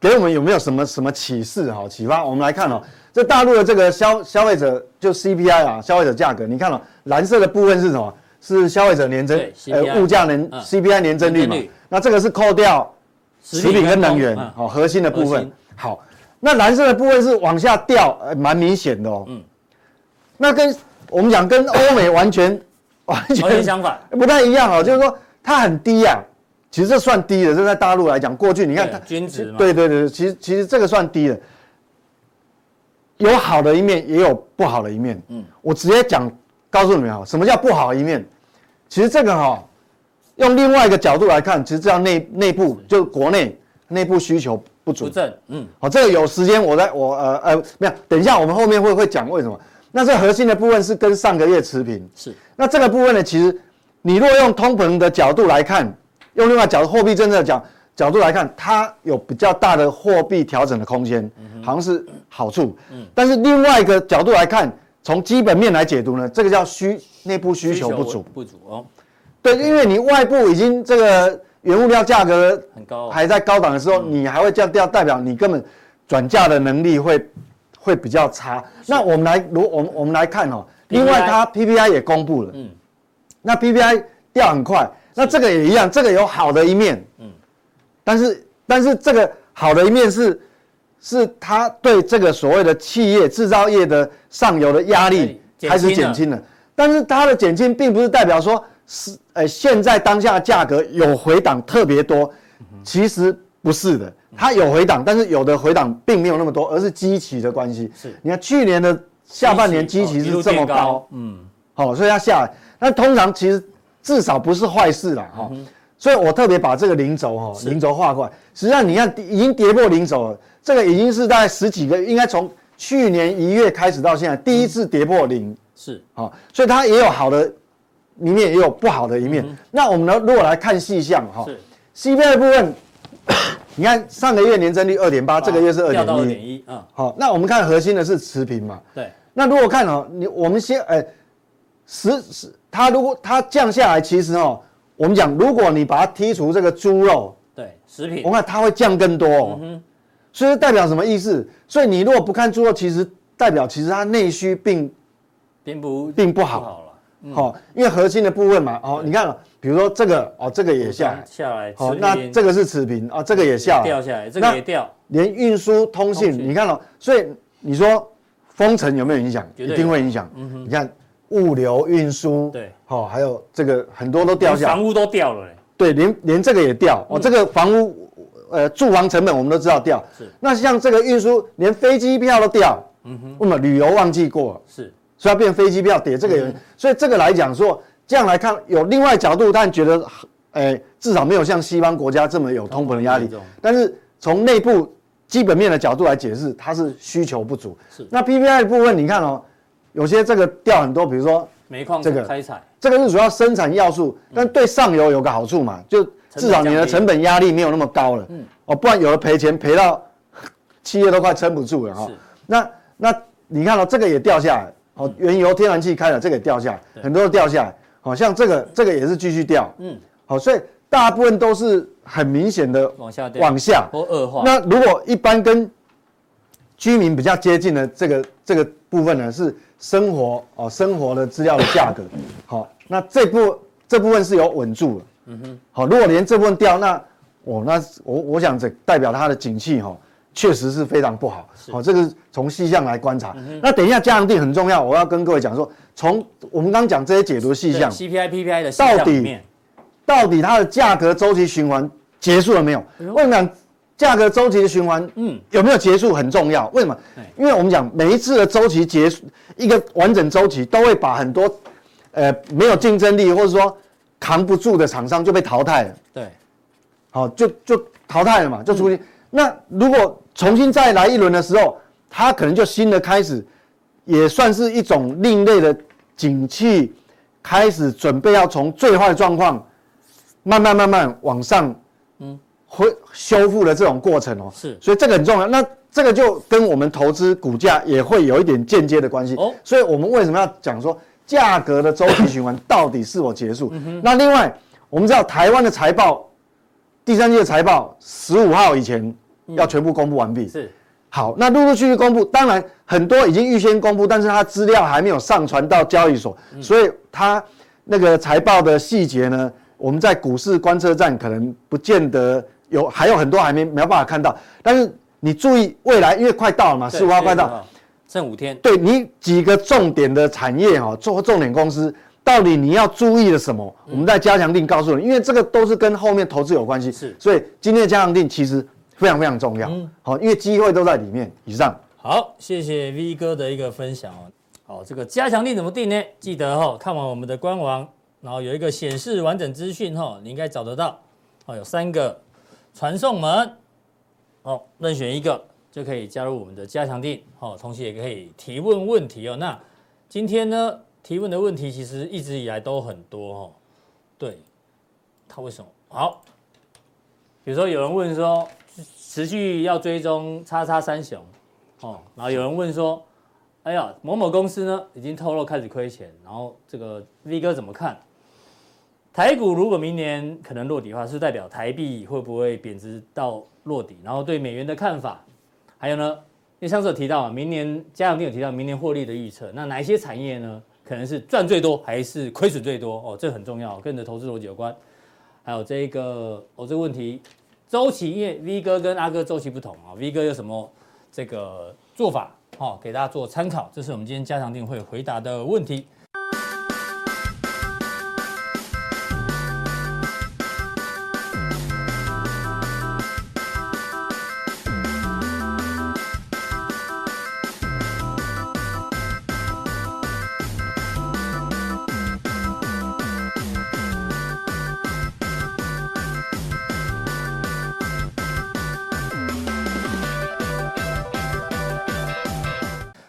[SPEAKER 1] 给我们有没有什么什么启示哈、启发？我们来看哦，这大陆的这个消消费者就 CPI 啊，消费者价格，你看哦，蓝色的部分是什么？是消费者年增呃
[SPEAKER 2] 对 CPI
[SPEAKER 1] 物价年、
[SPEAKER 2] 嗯
[SPEAKER 1] CPI 年增率嘛
[SPEAKER 2] 年增率？
[SPEAKER 1] 那这个是扣掉食品跟能源
[SPEAKER 2] 嗯
[SPEAKER 1] 哦核心的部
[SPEAKER 2] 核
[SPEAKER 1] 分
[SPEAKER 2] 心。
[SPEAKER 1] 好，那蓝色的部分是往下掉，呃，蛮明显的哦。
[SPEAKER 2] 嗯
[SPEAKER 1] 嗯，那跟我们讲跟欧美完全完
[SPEAKER 2] 完
[SPEAKER 1] 全
[SPEAKER 2] 全相反，
[SPEAKER 1] 不太一样哦，就是说它很低啊，其实这算低的，这在大陆来讲，过去你看
[SPEAKER 2] 对
[SPEAKER 1] 它
[SPEAKER 2] 均值嘛
[SPEAKER 1] 对对对，其实其实这个算低的，有好的一面，也有不好的一面。嗯，我直接讲告诉你们啊，什么叫不好的一面？其实这个哈、用另外一个角度来看，其实这样内内部就是国内内部需求不足
[SPEAKER 2] 不，正，嗯，
[SPEAKER 1] 好，这个有时间我在我呃呃没有，等一下我们后面会会讲为什么。那这核心的部分是跟上个月持平，
[SPEAKER 2] 是
[SPEAKER 1] 那这个部分呢，其实你若用通膨的角度来看，用另外角度货币政策的角角度来看，它有比较大的货币调整的空间，好像是好处。但是另外一个角度来看，从基本面来解读呢，这个叫需内部需求不足。
[SPEAKER 2] 不足哦，
[SPEAKER 1] 对，因为你外部已经这个原物料价格
[SPEAKER 2] 很高哦
[SPEAKER 1] 还在高档的时候，你还会降掉，代表你根本转嫁的能力会会比较差。那我们来，如我们我们来看哦，另外它 PPI 也公布了，
[SPEAKER 2] 嗯
[SPEAKER 1] 嗯，那 PPI 掉很快，那这个也一样，这个有好的一面，嗯，但是但是这个好的一面是。是它对这个所谓的企业制造业的上游的压力
[SPEAKER 2] 对
[SPEAKER 1] 开始
[SPEAKER 2] 减轻了
[SPEAKER 1] 减轻了，但是它的减轻并不是代表说是呃现在当下价格有回档特别多，其实不是的，
[SPEAKER 2] 嗯
[SPEAKER 1] 它有回档，但是有的回档并没有那么多，而是基期的关系。
[SPEAKER 2] 是
[SPEAKER 1] 你看去年的下半年基
[SPEAKER 2] 基
[SPEAKER 1] 期
[SPEAKER 2] 哦一路
[SPEAKER 1] 是这么
[SPEAKER 2] 变
[SPEAKER 1] 高，
[SPEAKER 2] 嗯，
[SPEAKER 1] 好、所以它下来，那通常其实至少不是坏事啦，哈、
[SPEAKER 2] 嗯
[SPEAKER 1] 所以我特别把这个零轴哈、哦，零轴画过来。实际上你看已经跌破零轴了，这个已经是大概十几个，应该从去年一月开始到现在第一次跌破零，
[SPEAKER 2] 是
[SPEAKER 1] 好、所以它也有好的一面，也有不好的一
[SPEAKER 2] 嗯
[SPEAKER 1] 面。那我们呢，如果来看细项哈、
[SPEAKER 2] 是，
[SPEAKER 1] CPI 的部分， 你看上个月年增率二点八，这个月是二
[SPEAKER 2] 掉到二
[SPEAKER 1] 点
[SPEAKER 2] 点
[SPEAKER 1] 一。
[SPEAKER 2] 一，嗯，
[SPEAKER 1] 好，那我们看核心的是持平嘛？
[SPEAKER 2] 对，
[SPEAKER 1] 那如果看哦，你我们先哎，十十，它如果它降下来，其实哦，我们讲，如果你把它剔除这个猪肉，
[SPEAKER 2] 对，食品
[SPEAKER 1] 我看它会降更多、
[SPEAKER 2] 嗯
[SPEAKER 1] 哦。所以代表什么意思？所以你如果不看猪肉，其实代表其实它内需并
[SPEAKER 2] 并不
[SPEAKER 1] 并不
[SPEAKER 2] 不
[SPEAKER 1] 好。
[SPEAKER 2] 好嗯了，
[SPEAKER 1] 好、因为核心的部分嘛，哦，你看、哦，比如说这个哦，这个也下来，
[SPEAKER 2] 下来，
[SPEAKER 1] 好、
[SPEAKER 2] 食
[SPEAKER 1] 那
[SPEAKER 2] 品
[SPEAKER 1] 这个是持平啊、这个也下来，
[SPEAKER 2] 掉下来，这
[SPEAKER 1] 那
[SPEAKER 2] 个也掉，
[SPEAKER 1] 连运输、通信，
[SPEAKER 2] 通信
[SPEAKER 1] 你看哦，所以你说封城有没有影响？
[SPEAKER 2] 绝
[SPEAKER 1] 一
[SPEAKER 2] 对有嗯
[SPEAKER 1] 定会影响。你看物流运输，
[SPEAKER 2] 对，
[SPEAKER 1] 好、还有这个很多都掉
[SPEAKER 2] 连
[SPEAKER 1] 下来
[SPEAKER 2] 房，屋嗯都掉了嘞，
[SPEAKER 1] 对，连连这个也掉。哦，这个房屋，呃，住房成本我们都知道掉。
[SPEAKER 2] 是
[SPEAKER 1] 那像这个运输，连飞机票都掉。嗯哼。那么旅游旺季过了，
[SPEAKER 2] 是
[SPEAKER 1] 所以它变飞机票跌，这个有。
[SPEAKER 2] 嗯
[SPEAKER 1] 所以这个来讲说，这样来看，有另外角度，但觉得，呃，至少没有像西方国家这么有通膨的压力
[SPEAKER 2] 通膨严重。
[SPEAKER 1] 但是从内部基本面的角度来解释，它是需求不足。
[SPEAKER 2] 是
[SPEAKER 1] 那 PPI 的部分，你看哦，有些这个掉很多，比如说
[SPEAKER 2] 煤矿
[SPEAKER 1] 这个
[SPEAKER 2] 开采，
[SPEAKER 1] 这个是主要生产要素，
[SPEAKER 2] 嗯
[SPEAKER 1] 但对上游有个好处嘛，就至少你的成本压力没有那么高了。
[SPEAKER 2] 嗯
[SPEAKER 1] 哦，不然有的赔钱赔到企业都快撑不住了哈、哦
[SPEAKER 2] 是
[SPEAKER 1] 那那你看到、这个也掉下来，哦，原油、天然气开了，这个也掉下来，很多都掉下来。好、像这个这个也是继续掉。
[SPEAKER 2] 嗯，
[SPEAKER 1] 好、所以大部分都是很明显的
[SPEAKER 2] 往下掉
[SPEAKER 1] 往下。
[SPEAKER 2] 或恶化，
[SPEAKER 1] 那如果一般跟居民比较接近的这个这个部分呢，是生活哦，生活的资料的价格。 好、那这部这部分是有稳住了。嗯哼。好、如果连这部分掉，那哦，那我我想这代表它的景气哈、哦，确实是嗯非常不好。好、这个从细项来观察。那等一下加强定很重要，我要跟各位讲说，从我们刚讲这些解读细
[SPEAKER 2] 对
[SPEAKER 1] 项，
[SPEAKER 2] CPI、PPI 的
[SPEAKER 1] 到
[SPEAKER 2] 细项里
[SPEAKER 1] 底
[SPEAKER 2] 面
[SPEAKER 1] 到底它的价格周期循环结束了没有？我们讲价格周期的循环，
[SPEAKER 2] 嗯
[SPEAKER 1] 嗯，有没有结束很重要。为什么？因为我们讲每一次的周期结束，一个完整周期都会把很多，呃，没有竞争力或者说扛不住的厂商就被淘汰了，
[SPEAKER 2] 对
[SPEAKER 1] 好、就就淘汰了嘛，就出去。那如果重新再来一轮的时候，它可能就新的开始，也算是一种另类的景气，开始准备要从最坏的状况。慢慢慢慢往上，嗯，会修复的这种过程哦。
[SPEAKER 2] 是
[SPEAKER 1] 所以这个很重要。那这个就跟我们投资股价也会有一点间接的关系。
[SPEAKER 2] 哦
[SPEAKER 1] 哦，所以我们为什么要讲说价格的周期循环到底是否结束？那另外，我们知道台湾的财报，第三季的财报十五号以前要全部公布完毕。
[SPEAKER 2] 是
[SPEAKER 1] 好，那陆陆续续公布，当然很多已经预先公布，但是它资料还没有上传到交易所，所以它那个财报的细节呢，我们在股市观测站可能不见得有，还有很多还没没有办法看到。但是你注意未来，因为快到了嘛，十五号快到，，
[SPEAKER 2] 对剩五天，
[SPEAKER 1] 对你几个重点的产业
[SPEAKER 2] 嗯
[SPEAKER 1] 哦，做重点公司，到底你要注意了什么？我们在加强定告诉你，因为这个都是跟后面投资有关系，
[SPEAKER 2] 是嗯
[SPEAKER 1] 所以今天的加强定其实非常非常重要，好、因为机会都在里面。以上。
[SPEAKER 2] 好，谢谢 V 哥的一个分享哦。好，这个加强定怎么定呢？记得哈、哦，看完我们的官网，然后有一个显示完整资讯哈、哦，你应该找得到。哦，有三个传送门，哦，任选一个就可以加入我们的加强定。哦，同时也可以提问问题哦。那今天呢，提问的问题其实一直以来都很多哦。对，他为什么？好，比如说有人问说，持续要追踪叉叉三雄。哦，然后有人问说，哎呀，某某公司呢已经透露开始亏钱，然后这个 V 哥怎么看？台股如果明年可能落底的话，是代表台币会不会贬值到落底？然后对美元的看法，还有呢，因为上次有提到啊，明年家长定有提到明年获利的预测，那哪一些产业呢？可能是赚最多还是亏损最多？哦，这很重要，跟你的投资逻辑有关。还有这个哦，这个问题周期，因为 V 哥跟阿哥周期不同啊，V 哥有什么这个做法，哦，给大家做参考。这是我们今天加强定会回答的问题。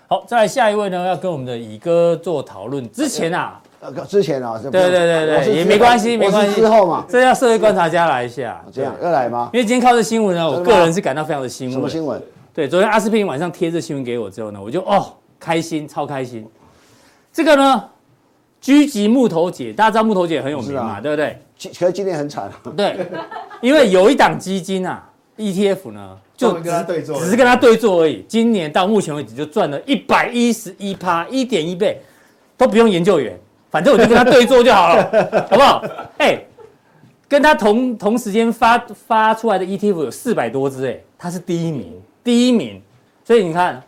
[SPEAKER 2] 好，再来下一位呢，要跟我们的乙哥做讨论。之前啊，
[SPEAKER 3] 呃，之前啊，是不
[SPEAKER 2] 对对对对
[SPEAKER 3] 我是
[SPEAKER 2] 也
[SPEAKER 3] 之
[SPEAKER 2] 没关系没
[SPEAKER 3] 我
[SPEAKER 2] 关
[SPEAKER 3] 是
[SPEAKER 2] 系
[SPEAKER 3] 之后嘛，
[SPEAKER 2] 这要社会观察家来一下，
[SPEAKER 3] 这样要来吗？
[SPEAKER 2] 因为今天靠这新闻呢，我
[SPEAKER 3] 真的吗
[SPEAKER 2] 个人是感到非常的欣
[SPEAKER 3] 什么
[SPEAKER 2] 慰。
[SPEAKER 3] 新闻？
[SPEAKER 2] 对，昨天阿司匹林晚上贴这新闻给我之后呢，我就哦开心，超开心。这个呢，狙击木头姐，大家知道木头姐很有名
[SPEAKER 3] 是
[SPEAKER 2] 嘛，
[SPEAKER 3] 啊
[SPEAKER 2] 对不对？
[SPEAKER 3] 其可是今天很惨啊，
[SPEAKER 2] 对，因为有一档基金啊，ETF 呢，就
[SPEAKER 5] 专门跟它对坐的
[SPEAKER 2] 只是跟它对坐而已。今年到目前为止就赚了一百一十一趴，一点一倍，都不用研究员，反正我就跟它对坐就好了，好不好？哎、跟它同同时间发发出来的 ETF 有四百多只，哎，它是第一名，第一名。所以你看，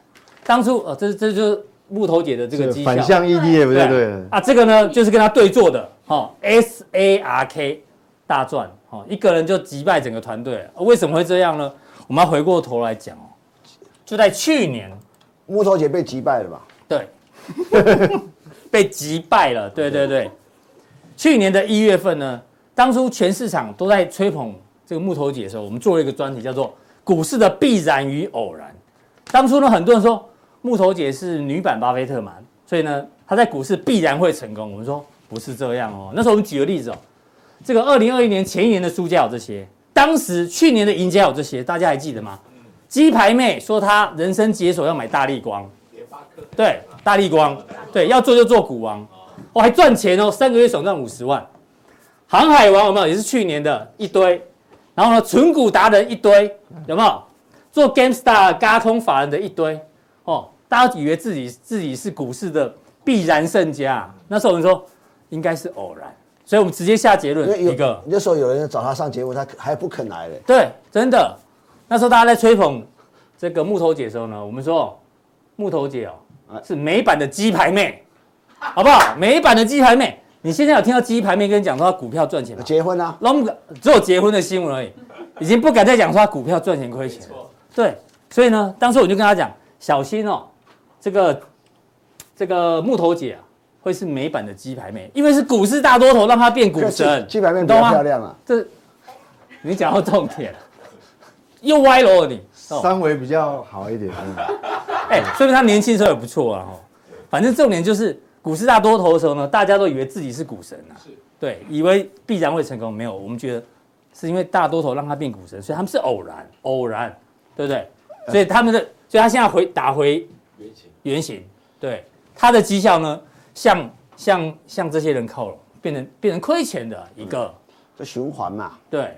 [SPEAKER 2] 当初哦，这这就是木头姐的这个绩效
[SPEAKER 1] 反。向 ETF
[SPEAKER 2] 对
[SPEAKER 1] 就对了。
[SPEAKER 2] 啊，这个呢就是跟他对坐的，哦、，S A R K 大赚，哦，一个人就击败整个团队了、啊为什么会这样呢？我们要回过头来讲哦，就在去年，
[SPEAKER 3] 木头姐被击败了吧？
[SPEAKER 2] 对， 被击败了，对对对，去年的一月份呢，当初全市场都在吹捧这个木头姐的时候，我们做了一个专题，叫做“股市的必然与偶然”。当初呢，很多人说木头姐是女版巴菲特嘛，所以呢，她在股市必然会成功。我们说不是这样哦。那时候我们举个例子哦，这个二零二一年前一年的输家有这些，当时去年的赢家有这些，大家还记得吗？鸡排妹说她人生解锁要买大力光，对，大力光，对，要做就做股王，我、还赚钱哦，三个月爽赚五十万。航海王有没有？也是去年的一堆，然后呢，纯股达人一堆，有没有？做 GameStar 嘎空法人的一堆哦，大家以为自己自己是股市的必然胜家，那时候我们说应该是偶然，所以我们直接下结论一个，
[SPEAKER 3] 那时候有人找他上节目，他还不肯来嘞。
[SPEAKER 2] 对，真的，那时候大家在吹捧这个木头姐的时候呢，我们说哦木头姐哦是美版的鸡排妹，好不好？美版的鸡排妹，你现在有听到鸡排妹跟你讲说她股票赚钱吗？
[SPEAKER 3] 结婚啊，
[SPEAKER 2] 拢不敢只有结婚的新闻而已，已经不敢再讲说他股票赚钱亏钱了。对，所以呢，当时我就跟他讲，小心哦，这个这个木头姐啊，会是美版的鸡排妹，因为是股市大多头，让她变股神，
[SPEAKER 3] 鸡排妹
[SPEAKER 2] 你
[SPEAKER 3] 比
[SPEAKER 2] 懂
[SPEAKER 3] 较
[SPEAKER 2] 吗
[SPEAKER 3] 漂？亮啊，
[SPEAKER 2] 这你讲到重点了，又歪楼了你。哦
[SPEAKER 1] 三维比较好一点，
[SPEAKER 2] 哎、说明他年轻时候也不错啊，哈。反正重点就是股市大多头的时候呢，大家都以为自己是股神啊，对，以为必然会成功，没有，我们觉得是因为大多头让他变股神，所以他们是偶然，偶然，对不对？所以他们的，所以他现在回打回原形，对，他的绩效呢，向向向这些人靠拢，变成变成亏钱的一个，
[SPEAKER 3] 这循环嘛，
[SPEAKER 2] 对，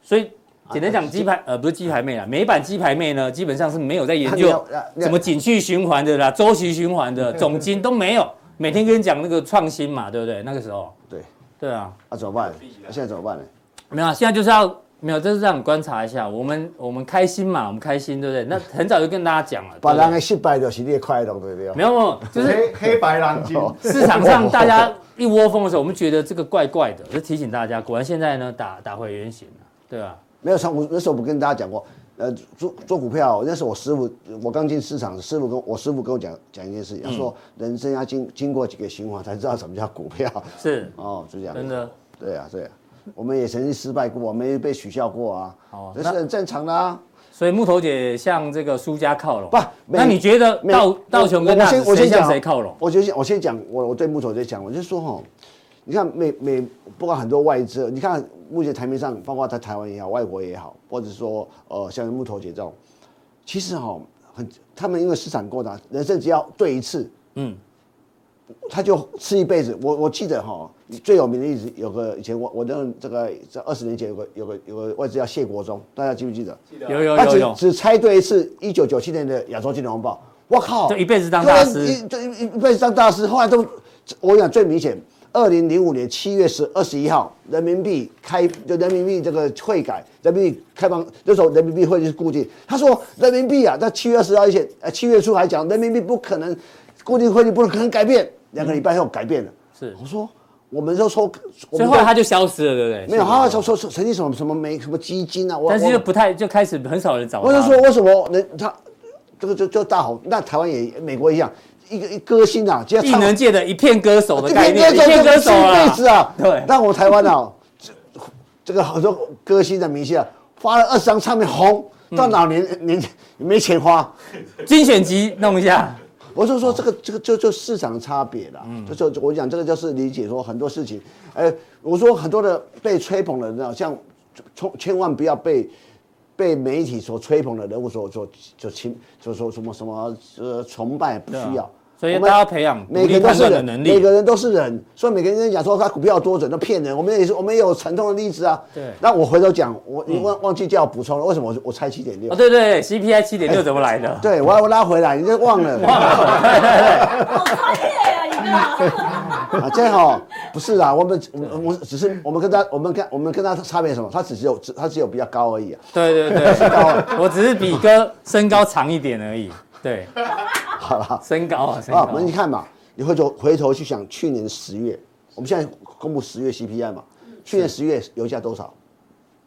[SPEAKER 2] 所以。
[SPEAKER 3] 啊
[SPEAKER 2] 简单讲，鸡排呃不是鸡排妹啦，美版鸡排妹呢，基本上是没有在研
[SPEAKER 3] 你
[SPEAKER 2] 究
[SPEAKER 3] 要啊你要
[SPEAKER 2] 什么景气循环的啦、周期循环的、总金都没有，每天跟你讲那个创新嘛，对不对？那个时候，
[SPEAKER 3] 对，
[SPEAKER 2] 对啊，
[SPEAKER 3] 那怎么办？那现在怎么办呢？
[SPEAKER 2] 没有啊，现在就是要没有，就是让你观察一下，我们我们开心嘛，我们开心，对不对？那很早就跟大家讲了，
[SPEAKER 3] 把
[SPEAKER 2] 对不
[SPEAKER 3] 人
[SPEAKER 2] 对
[SPEAKER 3] 的失败就是你的快乐，对不对？
[SPEAKER 2] 没有没有，就是
[SPEAKER 5] 黑黑白蓝金，
[SPEAKER 2] 市场上大家一窝蜂的时候，我们觉得这个怪怪的，就提醒大家，果然现在呢打打回原形了，对吧？
[SPEAKER 3] 没有上，我那时候我跟大家讲过，呃，做做股票，那时候我师傅，我刚进市场，师傅跟我师傅跟我讲讲一件事情，
[SPEAKER 2] 嗯
[SPEAKER 3] 他说人生要经经过几个循环才知道什么叫股 票，
[SPEAKER 2] 是
[SPEAKER 3] 哦，就这样，
[SPEAKER 2] 真的。
[SPEAKER 3] 对啊，对啊，我们也曾经失败过，我们也被取笑过啊，
[SPEAKER 2] 哦
[SPEAKER 3] 这是很正常的啊。
[SPEAKER 2] 所以木头姐向这个输家靠拢，
[SPEAKER 3] 不没
[SPEAKER 2] 那你觉得
[SPEAKER 3] 没有
[SPEAKER 2] 道道琼跟
[SPEAKER 3] 我
[SPEAKER 2] 大
[SPEAKER 3] 我先
[SPEAKER 2] 指
[SPEAKER 3] 我
[SPEAKER 2] 谁
[SPEAKER 3] 先
[SPEAKER 2] 向
[SPEAKER 3] 讲
[SPEAKER 2] 谁靠拢？
[SPEAKER 3] 我就先我先讲，我我对木头在讲，我就说哈，你看美美不管很多外资，你看目前台面上，包括在台湾也好，外国也好，或者说呃像木头姐这种，其实哈很他们因为市场过大，人生只要对一次，
[SPEAKER 2] 嗯，
[SPEAKER 3] 他就吃一辈子。我我记得哈，最有名的例子有个以前我我那这个这二十年前有个有个有个外资叫谢国忠，大家记不记得？
[SPEAKER 2] 有有
[SPEAKER 3] 他
[SPEAKER 2] 有
[SPEAKER 3] 只
[SPEAKER 2] 有，
[SPEAKER 3] 只猜对一次，一九九七年的亚洲金融风暴，我靠，
[SPEAKER 2] 就一辈子当大师
[SPEAKER 3] 对一对一一辈子当大师，后来都，我讲最明显，二零零五年七月十二十一号，人民币开就人民币这个汇改，人民币开放那时候人民币汇率是固定，他说人民币啊，在七月二十号以前，呃七月初还讲人民币不可能固定汇率不可能改变，两个礼拜后改变了，
[SPEAKER 2] 是
[SPEAKER 3] 我说我们都说，
[SPEAKER 2] 所
[SPEAKER 3] 我们
[SPEAKER 2] 以
[SPEAKER 3] 都
[SPEAKER 2] 后来他就消失了，对不对？
[SPEAKER 3] 没有，他说说说曾经什么什么没什么基金啊，我
[SPEAKER 2] 但是
[SPEAKER 3] 我
[SPEAKER 2] 就不太就开始很少人找他
[SPEAKER 3] 我就说为什么人他这个就就大红，那台湾也美国一样，一个一歌星啊，只要
[SPEAKER 2] 异
[SPEAKER 3] 唱
[SPEAKER 2] 能界的一片歌手的
[SPEAKER 3] 这
[SPEAKER 2] 概
[SPEAKER 3] 边
[SPEAKER 2] 念，一片歌手
[SPEAKER 3] 一辈
[SPEAKER 2] 啊，
[SPEAKER 3] 子啊，
[SPEAKER 2] 对
[SPEAKER 3] 让我台湾啊，这这个好多歌星的明星啊，发了二十张唱片红，到老年年没钱花，
[SPEAKER 2] 精选集弄一下，
[SPEAKER 3] 我是说这
[SPEAKER 2] 哦
[SPEAKER 3] 个这个就就市场差别啦，
[SPEAKER 2] 嗯
[SPEAKER 3] 就就我讲这个就是理解说很多事情，呃，我说很多的被吹捧的人啊，像从千万不要被。被媒体所吹捧的人物所所就亲就说什么什么呃崇拜不需要，
[SPEAKER 2] 啊所以大
[SPEAKER 3] 我们
[SPEAKER 2] 家要培养独
[SPEAKER 3] 每个
[SPEAKER 2] 立
[SPEAKER 3] 人都
[SPEAKER 2] 判
[SPEAKER 3] 是
[SPEAKER 2] 断的
[SPEAKER 3] 人，
[SPEAKER 2] 能
[SPEAKER 3] 每
[SPEAKER 2] 力
[SPEAKER 3] 个。人都是人，所以每个人讲说他股票多准，那骗人。我们也是，我们也有惨痛的例子啊。
[SPEAKER 2] 对嗯
[SPEAKER 3] 那我回头讲，我你忘忘记叫我补充了，为什么我我猜七点六
[SPEAKER 2] 哦，？对对，CPI 七点六怎么来的？
[SPEAKER 3] 哎对，我要拉回来，你就 忘了。
[SPEAKER 4] 好专业啊，你这个。
[SPEAKER 3] 啊，这样哦，不是啊，我们我们我只是我们跟他我们跟我们跟他差别什么？他只是有只他只有比较高而已啊。
[SPEAKER 2] 对对对，我只是比哥身高长一点而已。对，
[SPEAKER 3] 好了。
[SPEAKER 2] 身高啊，身
[SPEAKER 3] 啊，
[SPEAKER 2] 高
[SPEAKER 3] 我。们你看嘛，你回头回头去想，去年十月，我们现在公布十月 CPI 嘛，去年十月油价多少？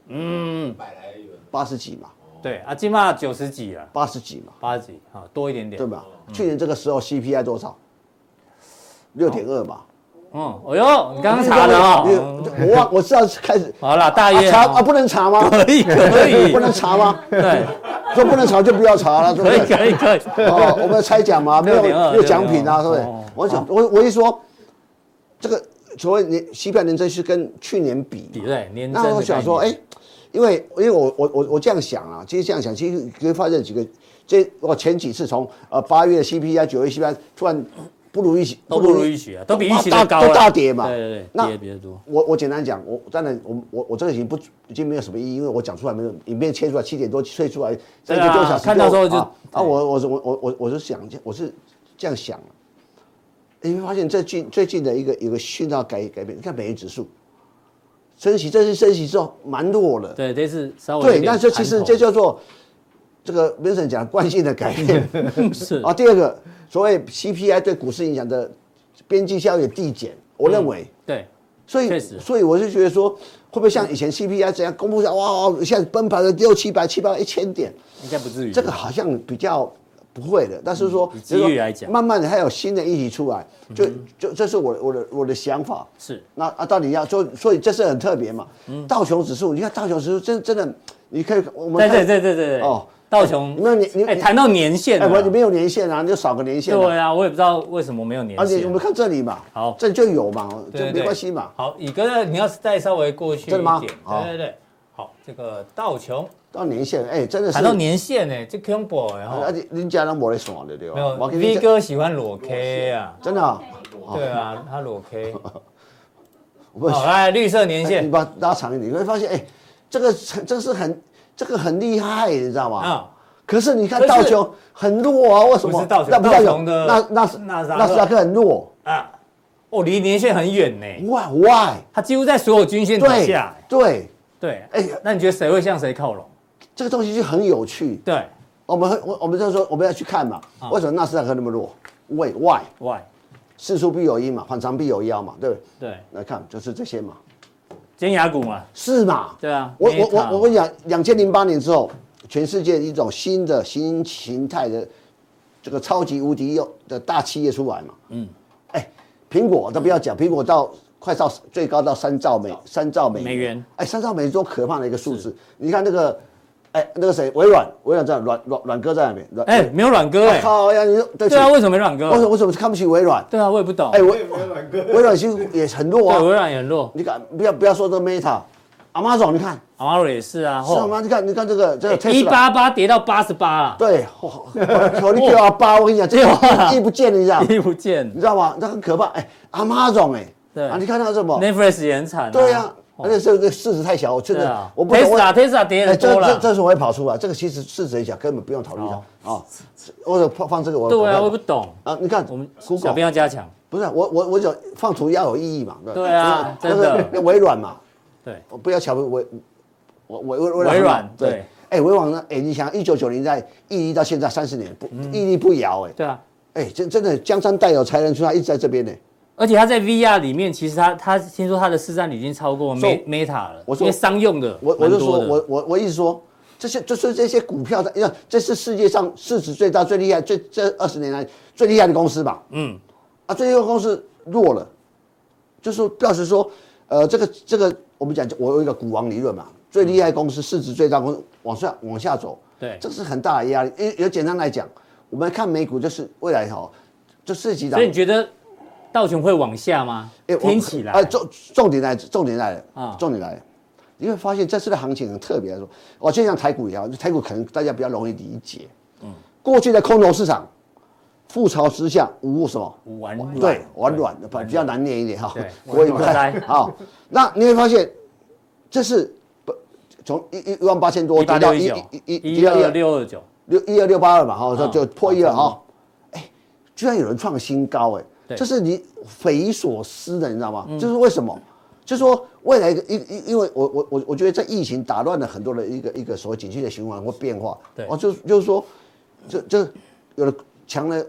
[SPEAKER 2] 嗯，
[SPEAKER 5] 百来元，
[SPEAKER 3] 八十几嘛，
[SPEAKER 2] 对啊，金马九十几了，
[SPEAKER 3] 八十几嘛，
[SPEAKER 2] 八十几啊，多一点点
[SPEAKER 3] 对。吧？去年这个时候 CPI 多少？六点二嘛。
[SPEAKER 2] 嗯，哎呦，你刚刚查的
[SPEAKER 3] 你
[SPEAKER 2] 哦。嗯
[SPEAKER 3] 我忘我知道是开始。
[SPEAKER 2] 好啦，大约
[SPEAKER 3] 啊查啊，不能查吗？
[SPEAKER 2] 可以可以
[SPEAKER 3] 不，能查吗？
[SPEAKER 2] 对，
[SPEAKER 3] 说不能查就不要查了，对不
[SPEAKER 2] 可以
[SPEAKER 3] 对？
[SPEAKER 2] 可以可以。
[SPEAKER 3] 哦，我们有猜奖嘛，没有
[SPEAKER 2] 6.2
[SPEAKER 3] 没有奖品啊，
[SPEAKER 2] 6.2
[SPEAKER 3] 对不对
[SPEAKER 2] 哦？
[SPEAKER 3] 我想我我一说，这个所谓年西半年增是跟去年比
[SPEAKER 2] 比
[SPEAKER 3] 嘛，
[SPEAKER 2] 对，年增的
[SPEAKER 3] 那我想说，
[SPEAKER 2] 概
[SPEAKER 3] 哎、
[SPEAKER 2] 念，
[SPEAKER 3] 因为因为我我我我这样想啊，其实这样想，其实你会发现几个，这我前几次从呃八月 CPI、九月 CPI 突然不如预期，
[SPEAKER 2] 都不如预期啊，都比预期
[SPEAKER 3] 大
[SPEAKER 2] 的高
[SPEAKER 3] 都
[SPEAKER 2] 了
[SPEAKER 3] 大跌嘛。
[SPEAKER 2] 对对对，
[SPEAKER 3] 那
[SPEAKER 2] 跌比较多。
[SPEAKER 3] 我我简单讲，我当然我我我这个已经不已经没有什么意义，因为我讲出来没有，影片切出来七点多吹出来，
[SPEAKER 2] 对
[SPEAKER 3] 三
[SPEAKER 2] 啊
[SPEAKER 3] 个多小时就
[SPEAKER 2] 看到时候就
[SPEAKER 3] 啊，啊
[SPEAKER 2] 对
[SPEAKER 3] 我我是我我我我是想我是这样想，你会发现最近最近的一个有个讯号改改变，你看美元指数升息，这次升息之后蛮弱了，
[SPEAKER 2] 对，这次稍微有
[SPEAKER 3] 对，
[SPEAKER 2] 点
[SPEAKER 3] 那这其实
[SPEAKER 2] 盘头
[SPEAKER 3] 这叫做这个 Vincent 讲惯性的改变
[SPEAKER 2] 是
[SPEAKER 3] 啊。第二个，所谓 CPI 对股市影响的边际效益的递减，我认为。
[SPEAKER 2] 对，
[SPEAKER 3] 所
[SPEAKER 2] 确
[SPEAKER 3] 以，
[SPEAKER 2] 实
[SPEAKER 3] 所以我就觉得说，会不会像以前 CPI 这样公布一下，哇，哇现在奔跑了六七百、七八一千点，
[SPEAKER 2] 应该不至于。
[SPEAKER 3] 这个好像比较不会的。但是说
[SPEAKER 2] 嗯以，
[SPEAKER 3] 就是说
[SPEAKER 2] 几率来讲嗯
[SPEAKER 3] 慢慢的还有新的议题出来，就就这是我的我的我的想法。
[SPEAKER 2] 是
[SPEAKER 3] 那啊，到底要就所以这是很特别嘛。
[SPEAKER 2] 嗯
[SPEAKER 3] 道琼指数，你看道琼指数真真的，你可以我们
[SPEAKER 2] 对对
[SPEAKER 3] 看，
[SPEAKER 2] 对对对对。哦
[SPEAKER 3] 哦，
[SPEAKER 2] 道琼
[SPEAKER 3] 没有你你
[SPEAKER 2] 哎，谈到年限了
[SPEAKER 3] 哎，我你没有年限啊，你就少个年限啊。
[SPEAKER 2] 对啊，我也不知道为什么没有年
[SPEAKER 3] 而且
[SPEAKER 2] 限
[SPEAKER 3] 我。们看这里嘛，
[SPEAKER 2] 好
[SPEAKER 3] 这里就有嘛，
[SPEAKER 2] 对
[SPEAKER 3] 这
[SPEAKER 2] 对
[SPEAKER 3] 没
[SPEAKER 2] 对
[SPEAKER 3] 关系嘛。
[SPEAKER 2] 好，乙哥，你要再稍微过去一
[SPEAKER 3] 真的吗哦
[SPEAKER 2] 点。
[SPEAKER 3] 好
[SPEAKER 2] 对对对。好，这个道琼
[SPEAKER 3] 到年限，哎，真的是
[SPEAKER 2] 谈到年限呢，这 combo 然后
[SPEAKER 3] 啊，你你家人没得爽的对吧？
[SPEAKER 2] 哦没有
[SPEAKER 3] 我跟你
[SPEAKER 2] V
[SPEAKER 3] 讲
[SPEAKER 2] 哥喜欢裸 K 啊。
[SPEAKER 3] 真的啊，
[SPEAKER 2] 对啊，他裸 K。
[SPEAKER 3] 我
[SPEAKER 2] 好，来绿色年
[SPEAKER 3] 哎你
[SPEAKER 2] 限
[SPEAKER 3] 把它拉长一点，你会发现，哎，这个这个是很这个很厉害，你知道吗？
[SPEAKER 2] 啊，
[SPEAKER 3] 可是你看
[SPEAKER 2] 可是
[SPEAKER 3] 道琼很弱啊，为什
[SPEAKER 2] 不
[SPEAKER 3] 么
[SPEAKER 2] 是道？琼
[SPEAKER 3] 那不叫
[SPEAKER 2] 道
[SPEAKER 3] 有
[SPEAKER 2] 琼的
[SPEAKER 3] 那那
[SPEAKER 2] 纳
[SPEAKER 3] 那
[SPEAKER 2] 斯达克
[SPEAKER 3] 纳斯达克很弱
[SPEAKER 2] 啊，哦，离年限很远呢，
[SPEAKER 3] ，why why？
[SPEAKER 2] 它几乎在所有均线底
[SPEAKER 3] 对
[SPEAKER 2] 下。
[SPEAKER 3] 对，
[SPEAKER 2] 对，
[SPEAKER 3] 哎
[SPEAKER 2] 那你觉得谁会向谁靠拢？
[SPEAKER 3] 这个东西就很有趣。
[SPEAKER 2] 对
[SPEAKER 3] 我们会我我们就说我们要去看嘛，
[SPEAKER 2] 啊
[SPEAKER 3] 为什么纳斯达克那么弱？为 why？
[SPEAKER 2] ，why？
[SPEAKER 3] 事出必有因嘛，反常必有妖嘛，对不对？
[SPEAKER 2] 对，
[SPEAKER 3] 来看就是这些嘛，
[SPEAKER 2] 尖牙股嘛，
[SPEAKER 3] 是嘛？
[SPEAKER 2] 对啊，
[SPEAKER 3] 我
[SPEAKER 2] Meta
[SPEAKER 3] 我我我跟你讲，两千零八年之后，全世界一种新的新形态的这个超级无敌又的大企业出来嘛。嗯，哎，苹果都不要讲，苹果到快到最高到三兆美三兆美
[SPEAKER 2] 美元，
[SPEAKER 3] 哎，三兆美元多可怕的一个数字！你看那个，哎，那个谁，微软，微软在哪软软软哥在哪边？软
[SPEAKER 2] 哎，，没有软哥
[SPEAKER 3] 我
[SPEAKER 2] 哎，
[SPEAKER 3] 啊靠呀！你说对不起
[SPEAKER 2] 对啊，为什么没软哥
[SPEAKER 3] 我？怎么我怎么看不起微软？
[SPEAKER 2] 对啊，我也不懂。
[SPEAKER 3] 哎，微
[SPEAKER 5] 没有 软哥，
[SPEAKER 3] 微软其实也很弱
[SPEAKER 2] 对，
[SPEAKER 3] 啊，
[SPEAKER 2] 微软也很弱
[SPEAKER 3] 你敢不要不要说这个 Meta，阿妈总你看。
[SPEAKER 2] ，Amaro 也是啊，哎
[SPEAKER 3] 是吗？你啊看，你看这个这个 Tesla，
[SPEAKER 2] 一八八跌到八啊十八了，
[SPEAKER 3] 对，哦哦你给我八，我跟你讲，这
[SPEAKER 2] 啊
[SPEAKER 3] 个一不见了，你知道，
[SPEAKER 2] 一不见
[SPEAKER 3] 你知道吗？这很可怕。哎，阿妈总哎，
[SPEAKER 2] 对
[SPEAKER 3] 啊，你看到什么？
[SPEAKER 2] ，Netflix 也很惨啊。
[SPEAKER 3] 对呀，
[SPEAKER 2] 哦
[SPEAKER 3] 而且这个市值太小，我真
[SPEAKER 2] 对
[SPEAKER 3] 的
[SPEAKER 2] 啊，
[SPEAKER 3] 我不懂为。
[SPEAKER 2] Tesla Tesla 跌
[SPEAKER 3] 哎
[SPEAKER 2] 很
[SPEAKER 3] 这
[SPEAKER 2] 多
[SPEAKER 3] 这
[SPEAKER 2] 了。哦
[SPEAKER 3] 这是我会跑出来，这个其实市值很小，根本不用考虑它啊。或者放放这个我
[SPEAKER 2] 对啊，我也
[SPEAKER 3] 我
[SPEAKER 2] 不懂。
[SPEAKER 3] 啊，你看
[SPEAKER 2] 我们小编
[SPEAKER 3] Google
[SPEAKER 2] 要加强。
[SPEAKER 3] 不是我我我就放图要有意义嘛，
[SPEAKER 2] 对啊
[SPEAKER 3] 那
[SPEAKER 2] 真
[SPEAKER 3] 个
[SPEAKER 2] 的
[SPEAKER 3] 那微软嘛，
[SPEAKER 2] 对，
[SPEAKER 3] 我不要瞧不微，我我微
[SPEAKER 2] 微
[SPEAKER 3] 微
[SPEAKER 2] 软
[SPEAKER 3] 软
[SPEAKER 2] 对
[SPEAKER 3] 对，哎，微软呢？哎，你想一九九零在屹立到现在三十年，不
[SPEAKER 2] 嗯
[SPEAKER 3] 屹立不摇，哎
[SPEAKER 2] 对啊，
[SPEAKER 3] 哎，真真的江山代有才人出，他一直在这边呢。
[SPEAKER 2] 而且它在 VR 里面，其实它它听说它的市占率已经超过
[SPEAKER 3] 所以
[SPEAKER 2] Me- Meta 了，
[SPEAKER 3] 我
[SPEAKER 2] 因
[SPEAKER 3] 说
[SPEAKER 2] 为商用的
[SPEAKER 3] 我我就说
[SPEAKER 2] 蛮多的
[SPEAKER 3] 我我我一直说。这些就是这些股票的，呀，这是世界上市值最大、最厉害、最这二十年来最厉害的公司吧？
[SPEAKER 2] 嗯，
[SPEAKER 3] 啊，最厉害的公司弱了，就是表示说，呃，这个这个我们讲，我有一个股王理论嘛，最厉害的公司、市值最大公司往下往下走，
[SPEAKER 2] 对
[SPEAKER 3] 这个是很大的压力。因为有简单来讲，我们看美股就是未来哈、就四级涨
[SPEAKER 2] 所以。你觉得道琼会往下吗？
[SPEAKER 3] 哎我
[SPEAKER 2] 听起来
[SPEAKER 3] 哎，重重点来，重点来了
[SPEAKER 2] 啊
[SPEAKER 3] 啊，重点来了。你会发现这次的行情很特别，说，我就像台股一样，台股可能大家比较容易理解。
[SPEAKER 2] 嗯
[SPEAKER 3] 过去的空头市场，覆巢之下无什么，
[SPEAKER 2] 玩软
[SPEAKER 3] 对，玩软，比较难念一点哈
[SPEAKER 2] 对。
[SPEAKER 3] 我也不
[SPEAKER 2] 玩
[SPEAKER 3] 太
[SPEAKER 2] 软
[SPEAKER 3] 好。那你会发现，这是不从一一一万八千多
[SPEAKER 2] 一八
[SPEAKER 3] 跌到
[SPEAKER 2] 六
[SPEAKER 3] 一
[SPEAKER 2] 一
[SPEAKER 3] 一
[SPEAKER 2] 九
[SPEAKER 3] 一一
[SPEAKER 2] 一
[SPEAKER 3] 跌到一
[SPEAKER 2] 二
[SPEAKER 3] 二
[SPEAKER 2] 六二九，
[SPEAKER 3] 六一二六八二嘛，哈，就
[SPEAKER 2] 嗯
[SPEAKER 3] 就破一了
[SPEAKER 2] 好差
[SPEAKER 3] 哈。哎，居然有人创新高，
[SPEAKER 2] 对嗯
[SPEAKER 3] 哎，这是你匪夷所思的，你知道吗？这是为什么？就是说未来一个因因因为我我我我觉得这疫情打乱了很多的一个一个所谓景气的循环或变化，
[SPEAKER 2] 对
[SPEAKER 3] 哦，就就是说，就就有的强的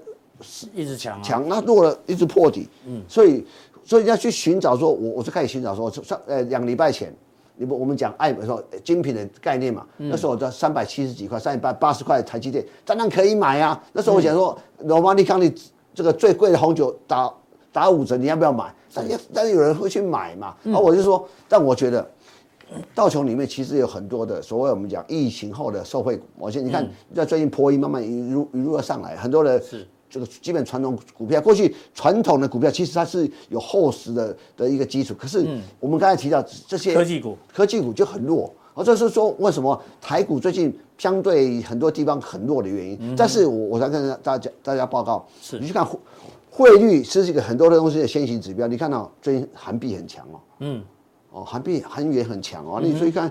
[SPEAKER 2] 一直强啊
[SPEAKER 3] 强，那弱了一直破底，嗯，所以所以要去寻找说，我我就开始寻找说，上呃两个礼拜前，你不我们讲爱的时候，呃精品的概念嘛，那时候我在三百七十几块，三百八十块台积电，当然可以买啊。那时候我想说，罗马尼康利这个最贵的红酒打打五折，你要不要买？但是但是有人会去买嘛，然后我就说，但我觉得。道琼里面其实有很多的所谓我们讲疫情后的受惠股，我现在你看，在最近波音慢慢一路一路要上来，很多的
[SPEAKER 2] 是
[SPEAKER 3] 这个基本传统股票，过去传统的股票其实它是有厚实的的一个基础，可是我们刚才提到这
[SPEAKER 2] 嗯
[SPEAKER 3] 些
[SPEAKER 2] 科技股
[SPEAKER 3] 科技股就很弱。哦，这是说为什么台股最近相对很多地方很弱的原因。但是我我才跟大家大家报告，
[SPEAKER 2] 嗯是
[SPEAKER 3] 你去看汇汇率是一个很多的东西的先行指标。你看到、最近韩币很强哦，
[SPEAKER 2] 嗯，
[SPEAKER 3] 哦，韩币韩元很强哦，你所以看，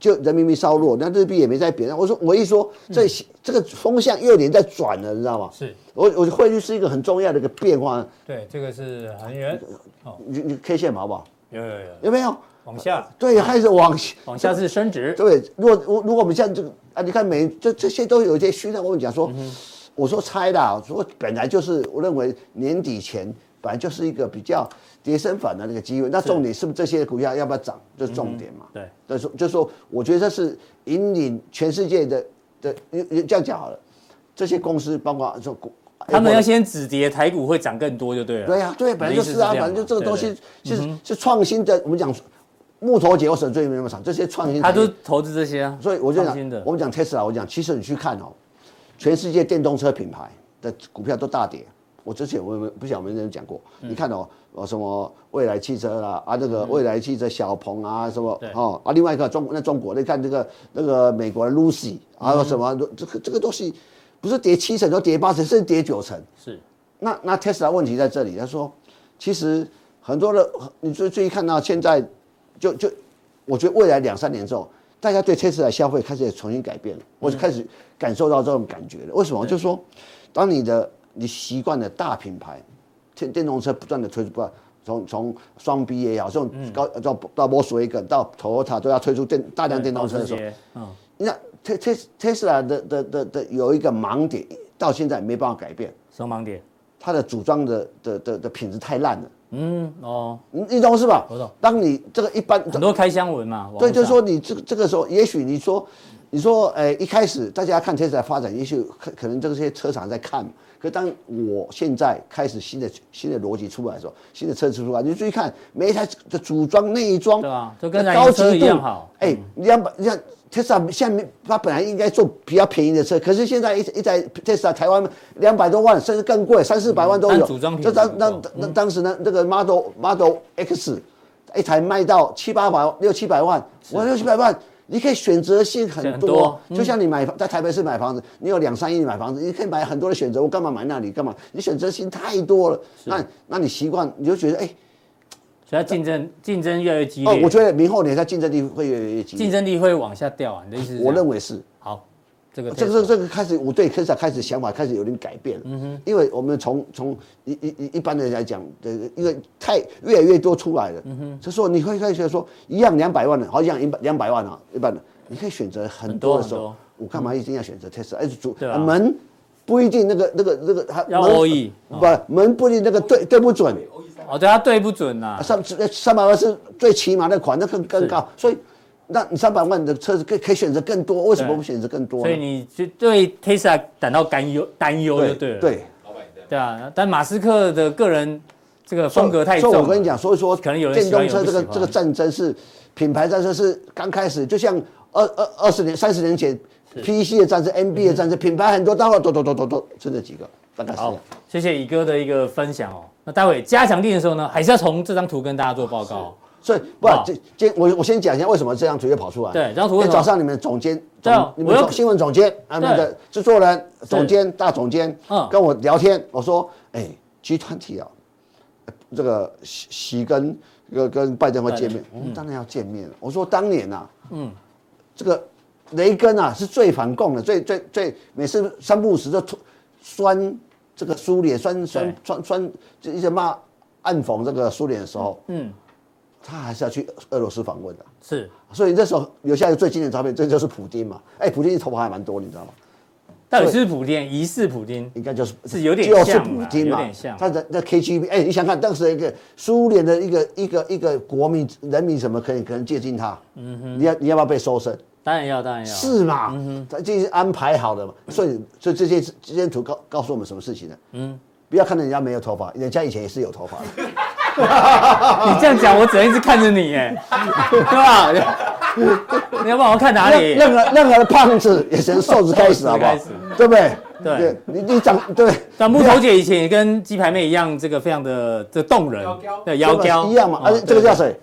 [SPEAKER 3] 就人民币稍弱，那日币也没在贬。我说我一说
[SPEAKER 2] 嗯
[SPEAKER 3] 这、这个风向又有点在转了，你知道吗？
[SPEAKER 2] 是
[SPEAKER 3] 我我汇率是一个很重要的一个变化，
[SPEAKER 2] 对，这个是韩元，哦，
[SPEAKER 3] 你你 K 线嘛好不好？
[SPEAKER 2] 有有有，
[SPEAKER 3] 有没有？
[SPEAKER 2] 往下
[SPEAKER 3] 对，开始往下
[SPEAKER 2] 往下是升值，
[SPEAKER 3] 对，如果如如果我们像这个啊，你看美这这些都有一些虚的，我跟你讲
[SPEAKER 2] 嗯
[SPEAKER 3] 说，我说猜的啊，我说本来就是我认为年底前本来就是一个比较跌升反弹的一个机会，那重点是不是这些股票要不要涨，这是重点嘛？
[SPEAKER 2] 嗯对
[SPEAKER 3] 就是说就是说，我觉得这是引领全世界的的，这样讲好了，这些公司包括说股，
[SPEAKER 2] 他们要先止跌，台股会涨更多就对了。
[SPEAKER 3] 对呀、对，本来就是啊，
[SPEAKER 2] 你的意思
[SPEAKER 3] 反正就这个东
[SPEAKER 2] 对
[SPEAKER 3] 西
[SPEAKER 2] 对嗯
[SPEAKER 3] 是是创新的，我们讲木头节或者最没那么长，这些创新
[SPEAKER 2] 他
[SPEAKER 3] 产业
[SPEAKER 2] 都投资这些啊，
[SPEAKER 3] 所以我就
[SPEAKER 2] 创新
[SPEAKER 3] 讲
[SPEAKER 2] 的，
[SPEAKER 3] 我们讲 Tesla，我讲，其实你去看哦，全世界电动车品牌的股票都大跌。我之前我有没有不想没人讲过，
[SPEAKER 2] 嗯
[SPEAKER 3] 你看哦，呃什么未来汽车啦，啊那个未来汽车小鹏啊什么
[SPEAKER 2] 对
[SPEAKER 3] 哦啊另外一个中那中国，你看这个那个美国的 Lucy
[SPEAKER 2] 嗯
[SPEAKER 3] 还有什么这个这个东西，不是跌七成，都跌八成，甚至跌九成。
[SPEAKER 2] 是
[SPEAKER 3] 那那 Tesla 问题在这里，他说，其实很多的，你最最近看到现在，就就，我觉得未来两三年之后，大家对 Tesla 的消费开始也重新改变了，我就开始感受到这种感觉了。为什么？就是说，当你的你习惯了大品牌，电电动车不断的推出，不断从从双 B 也好，这种高到到 v o l k s w a g e n 到 Toyota 都要推出电大量电动车的时候，
[SPEAKER 2] 对保时捷嗯，
[SPEAKER 3] 那 Te- Te- Tesla 的的的的有一个盲点，到现在没办法改变。
[SPEAKER 2] 什么盲点？
[SPEAKER 3] 它的组装的的的的品质太烂了，
[SPEAKER 2] 嗯哦，
[SPEAKER 3] 你你懂是吧？
[SPEAKER 2] 我懂
[SPEAKER 3] 当你这个一般，
[SPEAKER 2] 很多开箱文嘛，网
[SPEAKER 3] 嗯对，
[SPEAKER 2] 络
[SPEAKER 3] 就是
[SPEAKER 2] 上
[SPEAKER 3] 说你这个这个时候，也许你说，你说，呃，一开始大家看 Tesla 发展，也许可可能这些车厂在看，可当我现在开始新的新的逻辑出来的时候，新的车子出来，你注意看每一台的组装内装，
[SPEAKER 2] 对啊就跟燃油
[SPEAKER 3] 高级
[SPEAKER 2] 车
[SPEAKER 3] 度
[SPEAKER 2] 一样好
[SPEAKER 3] 哎，你要把你看 Tesla 现在没它本来应该做比较便宜的车，可是现在一一台 Tesla 台湾两百多万，甚至更贵，三四百万都
[SPEAKER 2] 嗯
[SPEAKER 3] 有。
[SPEAKER 2] 但组装品
[SPEAKER 3] 这
[SPEAKER 2] 质
[SPEAKER 3] 当
[SPEAKER 2] 不
[SPEAKER 3] 那
[SPEAKER 2] 够嗯
[SPEAKER 3] 那当时呢，那个 Model Model X 一台卖到七八百六七百万，我六七百万，你可以选择性很
[SPEAKER 2] 很
[SPEAKER 3] 多
[SPEAKER 2] 多，嗯
[SPEAKER 3] 就像你买在台北市买房子，你有两三亿买房子，你可以买很多的选择，我干嘛买那里？干嘛？你选择性太多了，那那你习惯你就觉得哎、
[SPEAKER 2] 所以它竞争竞争越来越激
[SPEAKER 3] 哦
[SPEAKER 2] 烈，，
[SPEAKER 3] 我觉得明后年它竞争力会越来越激
[SPEAKER 2] 竞
[SPEAKER 3] 烈，
[SPEAKER 2] 争力会往下掉啊。你的意思是这样？
[SPEAKER 3] 我认为是。
[SPEAKER 2] 好，这个
[SPEAKER 3] 这个这个开始，我对 Tesla 开始想法开始有点改变了。
[SPEAKER 2] 嗯
[SPEAKER 3] 因为我们从从一一一一般人来讲，呃，因为太越来越多出来
[SPEAKER 2] 嗯
[SPEAKER 3] 了，这时候你会开始说，一样两百万的，好像一两百万啊，一般的，你可以选择很多的时
[SPEAKER 2] 很多
[SPEAKER 3] 候
[SPEAKER 2] 很，
[SPEAKER 3] 我干嘛一定要选择 Tesla？而且主
[SPEAKER 2] 对啊
[SPEAKER 3] 门不一定那个那个那个还
[SPEAKER 2] 要
[SPEAKER 3] 门
[SPEAKER 2] OE
[SPEAKER 3] 不门不一定那个对对不准，
[SPEAKER 2] 哦，对，它对不准呐、
[SPEAKER 3] 啊三三百万是最起码的款，那更更高，所以。那你三百万的车子可以可以选择更多，为什么
[SPEAKER 2] 对
[SPEAKER 3] 不选择更多呢？
[SPEAKER 2] 所以你就对 Tesla 感到担忧担忧就对
[SPEAKER 3] 对
[SPEAKER 2] 了。
[SPEAKER 3] 对，
[SPEAKER 2] 对啊，但马斯克的个人这个风格太重了，
[SPEAKER 3] 所以我跟你讲，所以说
[SPEAKER 2] 可能有人
[SPEAKER 3] 电
[SPEAKER 2] 喜欢
[SPEAKER 3] 动车这
[SPEAKER 2] 有人
[SPEAKER 3] 个
[SPEAKER 2] 不喜欢
[SPEAKER 3] 这个战争是品牌战争是刚开始，就像二二二十年、三十年前，PEC 的
[SPEAKER 2] 嗯
[SPEAKER 3] 战士、NB 的战士，品牌很多，待会儿走走走走走，就这几个，大概是这
[SPEAKER 2] 好
[SPEAKER 3] 样。，
[SPEAKER 2] 谢谢乙哥的一个分享哦。那待会加强定的时候呢，还是要从这张图跟大家做报告哦。
[SPEAKER 3] 所以不
[SPEAKER 2] 哇，
[SPEAKER 3] 这这我我先讲一下为什么这张图又跑出来。
[SPEAKER 2] 对这张图
[SPEAKER 3] 因
[SPEAKER 2] 为
[SPEAKER 3] 为
[SPEAKER 2] 什么
[SPEAKER 3] 哎早上你们总监，
[SPEAKER 2] 对啊
[SPEAKER 3] 总你们
[SPEAKER 2] 我
[SPEAKER 3] 总
[SPEAKER 2] 又
[SPEAKER 3] 新闻总监啊，你们的制作人、总监、大总监
[SPEAKER 2] 嗯，
[SPEAKER 3] 跟我聊天，我说，哎，G 团体啊，这个习习跟跟跟拜登会见面，我们当然要见面了。我说当年啊，嗯，这个雷根啊是最反共的，最最最每次三不五时就突酸这个苏联，酸酸酸酸，就一直骂暗讽这个苏联的时候，
[SPEAKER 2] 嗯，
[SPEAKER 3] 他还是要去俄罗斯访问的、
[SPEAKER 2] 是。
[SPEAKER 3] 所以那时候留下一个最经典的照片，这就是普丁嘛。哎、普丁头发还蛮多，你知道吗？
[SPEAKER 2] 到底是不是普丁，疑似普丁，
[SPEAKER 3] 应该就是
[SPEAKER 2] 是有点
[SPEAKER 3] 就是
[SPEAKER 2] 像
[SPEAKER 3] 普
[SPEAKER 2] 啦
[SPEAKER 3] 丁
[SPEAKER 2] 有
[SPEAKER 3] 嘛，
[SPEAKER 2] 点像
[SPEAKER 3] 他的那 KGB，哎、你想看当时一个苏联的一个一个一个国民人民怎么可以可能接近他？嗯哼，你要你要不要被搜身？
[SPEAKER 2] 当然要，当然要。
[SPEAKER 3] 是嘛？
[SPEAKER 2] 嗯
[SPEAKER 3] 他这是安排好的嘛。所以所以这些这些图告告诉我们什么事情呢？嗯，不要看人家没有头发，人家以前也是有头发 的。
[SPEAKER 2] 你这样讲，我只能一直看着你， 哎，对吧？ 你要不然我看哪里？
[SPEAKER 3] 任任何任何的胖子也从瘦子开始，好不好
[SPEAKER 2] 瘦子？啊
[SPEAKER 3] 对不对？
[SPEAKER 2] 对，
[SPEAKER 3] 你你长对，
[SPEAKER 2] 但啊木头姐以前也跟鸡排妹一样，这个非常的这动人
[SPEAKER 5] 妖娇，
[SPEAKER 2] 对，妖娇
[SPEAKER 3] 一样嘛。
[SPEAKER 2] 哦
[SPEAKER 3] 而且这个叫谁？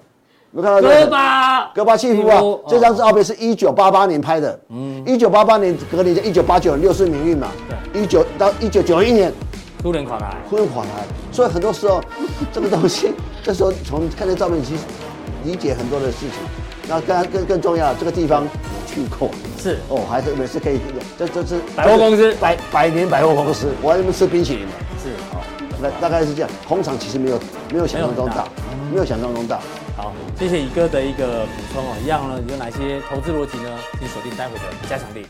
[SPEAKER 3] 没看到这个
[SPEAKER 2] 哥吧，
[SPEAKER 3] 戈巴契夫啊
[SPEAKER 2] 契夫，
[SPEAKER 3] 这张照片是一九八八年拍的。嗯，一九八八年隔年就一九八九六四民运嘛，一九到一九九一年
[SPEAKER 2] 苏联垮台，
[SPEAKER 3] 昏垮来，所以很多时候这个东西，这时候从看这照片其实理解很多的事情。那更更更重要，这个地方我去过。
[SPEAKER 2] 是
[SPEAKER 3] 哦，还是每次可以，这这是
[SPEAKER 2] 百货公司
[SPEAKER 3] 百百年百货公司，我还没吃冰淇淋呢。
[SPEAKER 2] 是，
[SPEAKER 3] 那大概是这样，红场其实没有没有想象中
[SPEAKER 2] 没有很
[SPEAKER 3] 大
[SPEAKER 2] 大，嗯
[SPEAKER 3] 没有想象中大。
[SPEAKER 2] 好，谢谢乙哥的一个补充哦，一样呢，有哪些投资逻辑呢？请锁定待会的加强地。